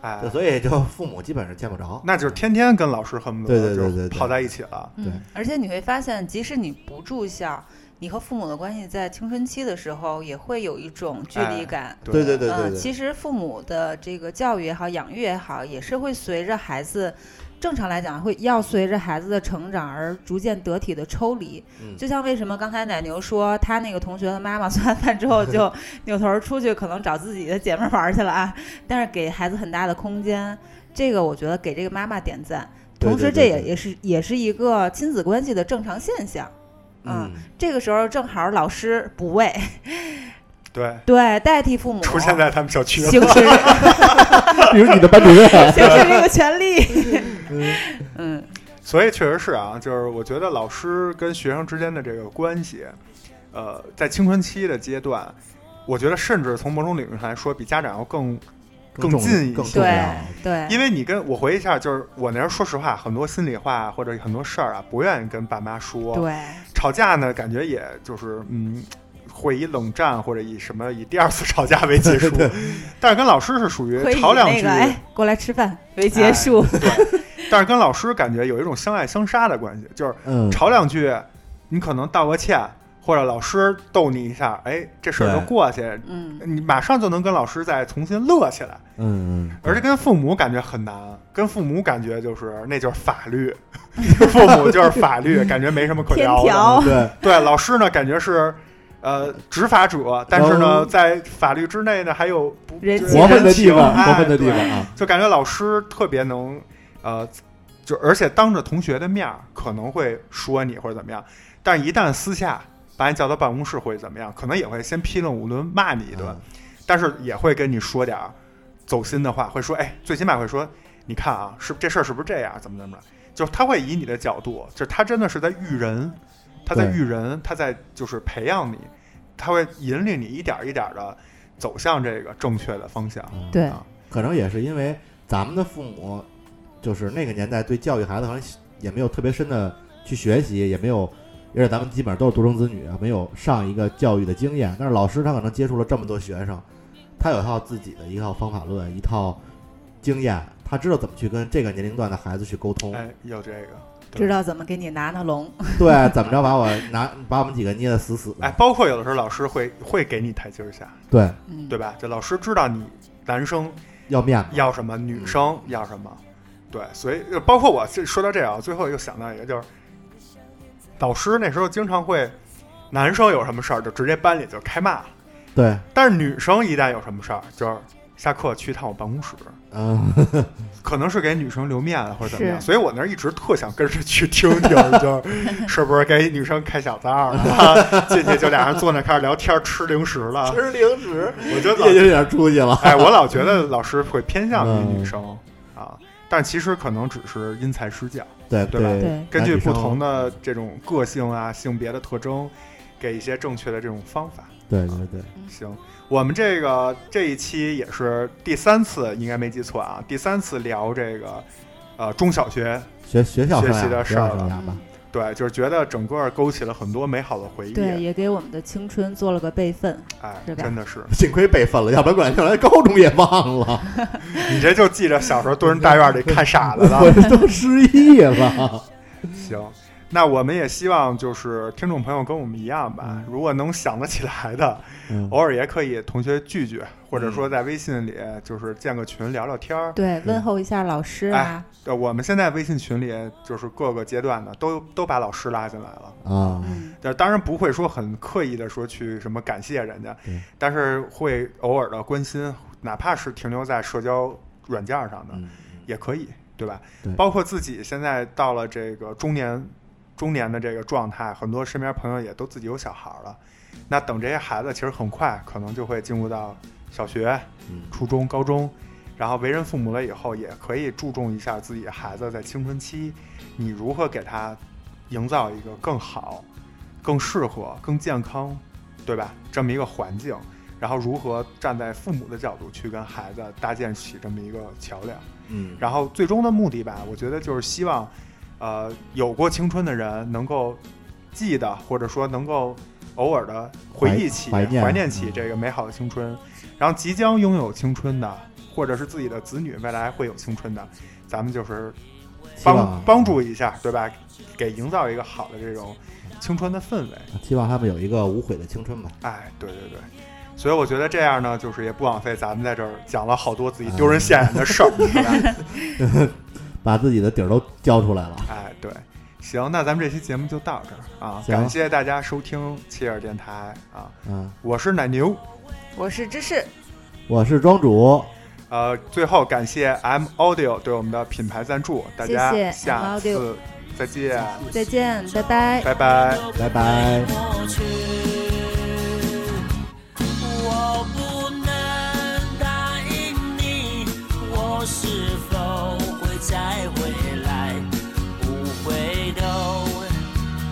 S3: 哎
S7: 对，所以就父母基本上见不着。
S3: 那就是天天跟老师恨不
S4: 对
S3: 得
S4: 对
S3: 就
S4: 对对对
S3: 泡在一起了。
S4: 对
S2: 嗯，而且你会发现，即使你不住校，你和父母的关系在青春期的时候也会有一种距
S3: 哎
S2: 离感。
S7: 对对对对
S2: 呃，
S7: 对，
S2: 其实父母的这个教育也好，养育也好，也是会随着孩子，正常来讲会要随着孩子的成长而逐渐得体的抽离。
S7: 嗯
S2: 就像为什么刚才奶牛说他那个同学的妈 *laughs* 妈做完饭之后
S4: *laughs*
S2: 就扭头出去，可能找自己的姐妹玩去了啊，但是给孩子很大的空间，这个我觉得给这个妈妈点赞。
S4: 对
S2: 同
S4: 对
S2: 时，这
S4: 对
S2: 也
S4: 对
S2: 也是也是一个亲子关系的正常现象。
S7: 嗯，
S2: 这个时候正好老师补位，
S3: 对，
S2: 对，代替父母
S3: 出现在他们小区了。
S2: 哦行使
S4: *laughs* 比如你的班主任，啊
S2: 行使这个权
S4: *laughs*
S2: 利。嗯，
S3: 所以确实是啊，就是我觉得老师跟学生之间的这个关系，呃，在青春期的阶段，我觉得甚至从某种领域上来说，比家长要更，更
S4: 重
S3: 近一
S4: 更
S3: 些
S4: 重要，
S2: 对，
S3: 因为你跟我回忆一下，就是我那时候说实话，很多心里话或者很多事儿啊，不愿意跟爸妈说，
S2: 对，
S3: 吵架呢，感觉也就是嗯。会以冷战或者以什么以第二次吵架为结束， *laughs* 但是跟老师是属于
S2: 可以以
S3: 吵两
S2: 那
S3: 句，
S2: 个哎，过来吃饭
S4: 哎
S2: 为结
S4: *laughs*
S2: 束。
S3: 但是跟老师感觉有一种相爱相杀的关系，就是
S4: 嗯，
S3: 吵两句，你可能道个歉，或者老师逗你一下，哎，这事儿就
S4: 对
S3: 过去，
S2: 嗯，
S3: 你马上就能跟老师再重新乐起来。
S4: 嗯嗯，
S3: 而且跟父母感觉很难，跟父母感觉就是那就是法律，父母就是法律，感觉没什么可
S2: 天
S3: 聊的。
S2: 条
S4: 嗯对，
S3: 对，老师呢感觉是。呃，执法者，但是
S4: 然
S3: 呢，
S4: 后
S3: 在法律之内呢，还有不
S2: 人
S3: 就是
S4: 活分的地
S3: 情
S4: 方，
S3: 哎
S4: 活分的地
S3: 对
S4: 方啊，
S3: 就感觉老师特别能，呃，就而且当着同学的面儿可能会说你或者怎么样，但一旦私下把你叫到办公室会怎么样，可能也会先批论无论骂你一
S4: 嗯
S3: 顿，但是也会跟你说点儿走心的话，会说哎，最起码会说，你看啊，是这事儿是不是这样，怎么怎么着，就是他会以你的角度，就是他真的是在育人，他在
S4: 对
S3: 育人，他在就是培养你，他会引领你一点儿一点的走向这个正确的方向。
S4: 嗯，
S6: 对
S3: 啊
S4: 可能也是因为咱们的父母，就是那个年代对教育孩子好像也没有特别深的去学习，也没有，而且咱们基本上都是独生子女，啊没有上一个教育的经验。但是老师他可能接触了这么多学生，他有一套自己的一套方法论，一套经验，他知道怎么去跟这个年龄段的孩子去沟通，
S3: 哎，有这个。
S2: 知道怎么给你拿拿龙。
S4: 对，怎么着把我拿把我们几个捏得死死的，
S3: 哎，包括有的时候老师会会给你台阶下，
S4: 对，
S2: 嗯，
S3: 对吧？这老师知道你男生
S4: 要面子，
S3: 要什么，女生要什么，对，所以呃包括我这说到这啊，最后又想到一个，就是老师那时候经常会，男生有什么事儿就直接班里就开骂了，
S4: 对，
S3: 但是女生一旦有什么事儿，就是下课去一趟我办公室，
S4: 嗯，
S3: 可能是给女生留面子或者怎么样，
S6: 是
S3: 所以我那儿一直特想跟着去听听，就是 *laughs* 是不是给女生开小灶了， *laughs* 进去就俩人坐那开始聊天吃零食了，
S7: 吃零食，
S3: 我觉得
S4: *laughs* 也
S3: 老，
S4: 有点出息了， *laughs*
S3: 哎，我老觉得老师会偏向
S4: 嗯
S3: 于女生啊，但其实可能只是因材施教，
S4: 对
S3: 对吧
S6: 对
S3: 根据
S4: 男女
S3: 不
S4: 生
S3: 同的这种个性啊、性别的特征，给一些正确的这种方法。
S4: 对对对，
S3: 行，我们这个这一期也是第三次，应该没记错啊，第三次聊这个呃中小学，
S4: 学学校
S3: 学
S4: 生涯
S3: 习的
S4: 学
S3: 事儿
S4: 校生
S3: 了
S4: 涯吧， *laughs*
S3: 对，就是觉得整个勾起了很多美好的回忆，
S6: 嗯对，也给我们的青春做了个备份。
S3: 哎，
S6: 是吧
S3: 真的是，
S4: 幸亏备份了，要不然过两天来高中也忘了，
S3: *laughs* 你这就
S4: *laughs*
S3: 记着小时候蹲人大院里看傻子了。 *laughs*
S4: 我这都失忆了。
S3: 行，那我们也希望就是听众朋友跟我们一样吧，如果能想得起来的，
S4: 嗯
S3: 偶尔也可以同学聚聚，或者说在微信里就是建个群聊聊天儿。
S6: 对，问候一下老师啊，
S3: 呃，我们现在微信群里就是各个阶段的都都把老师拉进来了，
S4: 啊，
S6: 嗯
S3: 但当然不会说很刻意的说去什么感谢人家
S4: 对，
S3: 但是会偶尔的关心，哪怕是停留在社交软件上的、
S4: 嗯
S3: 也可以，对吧
S4: 对
S3: 包括自己现在到了这个中年中年的这个状态，很多身边朋友也都自己有小孩了，那等这些孩子其实很快可能就会进入到小学、
S4: 嗯
S3: 初中、高中，然后为人父母了以后，也可以注重一下自己孩子在青春期，你如何给他营造一个更好、更适合、更健康，对吧？这么一个环境，然后如何站在父母的角度去跟孩子搭建起这么一个桥梁。
S7: 嗯，
S3: 然后最终的目的吧，我觉得就是希望，呃，有过青春的人能够记得，或者说能够偶尔的回忆起、
S4: 怀
S3: 怀
S4: 怀念
S3: 起
S4: 嗯
S3: 这个美好的青春。然后即将拥有青春的，或者是自己的子女未来会有青春的，咱们就是
S4: 希
S3: 帮
S4: 望啊
S3: 帮助一下，对吧？给营造一个好的这种青春的氛围。
S4: 希啊望他们有一个无悔的青春吧。
S3: 哎，对对对，所以我觉得这样呢，就是也不枉费咱们在这儿讲了好多自己丢人现眼的事儿，
S4: *laughs*
S3: 对吧？
S4: 把自己的底儿都交出来了。
S3: 哎，对，行，那咱们这期节目就到这儿啊，
S4: 行
S3: 感谢大家收听切尔电台啊，
S4: 嗯，
S3: 我是奶牛，
S2: 我是芝士，
S4: 我是庄主，
S3: 呃，最后感谢 M Audio 对我们的品牌赞助，大
S6: 谢
S3: 家
S6: 谢 M
S3: 下
S6: Audio
S3: 次再见，
S6: 再见，拜拜。
S3: 拜拜。
S4: 拜拜。
S1: 过去，我不能答应你，我是否会再回来？不回头，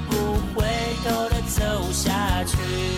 S1: 不回头的走下去。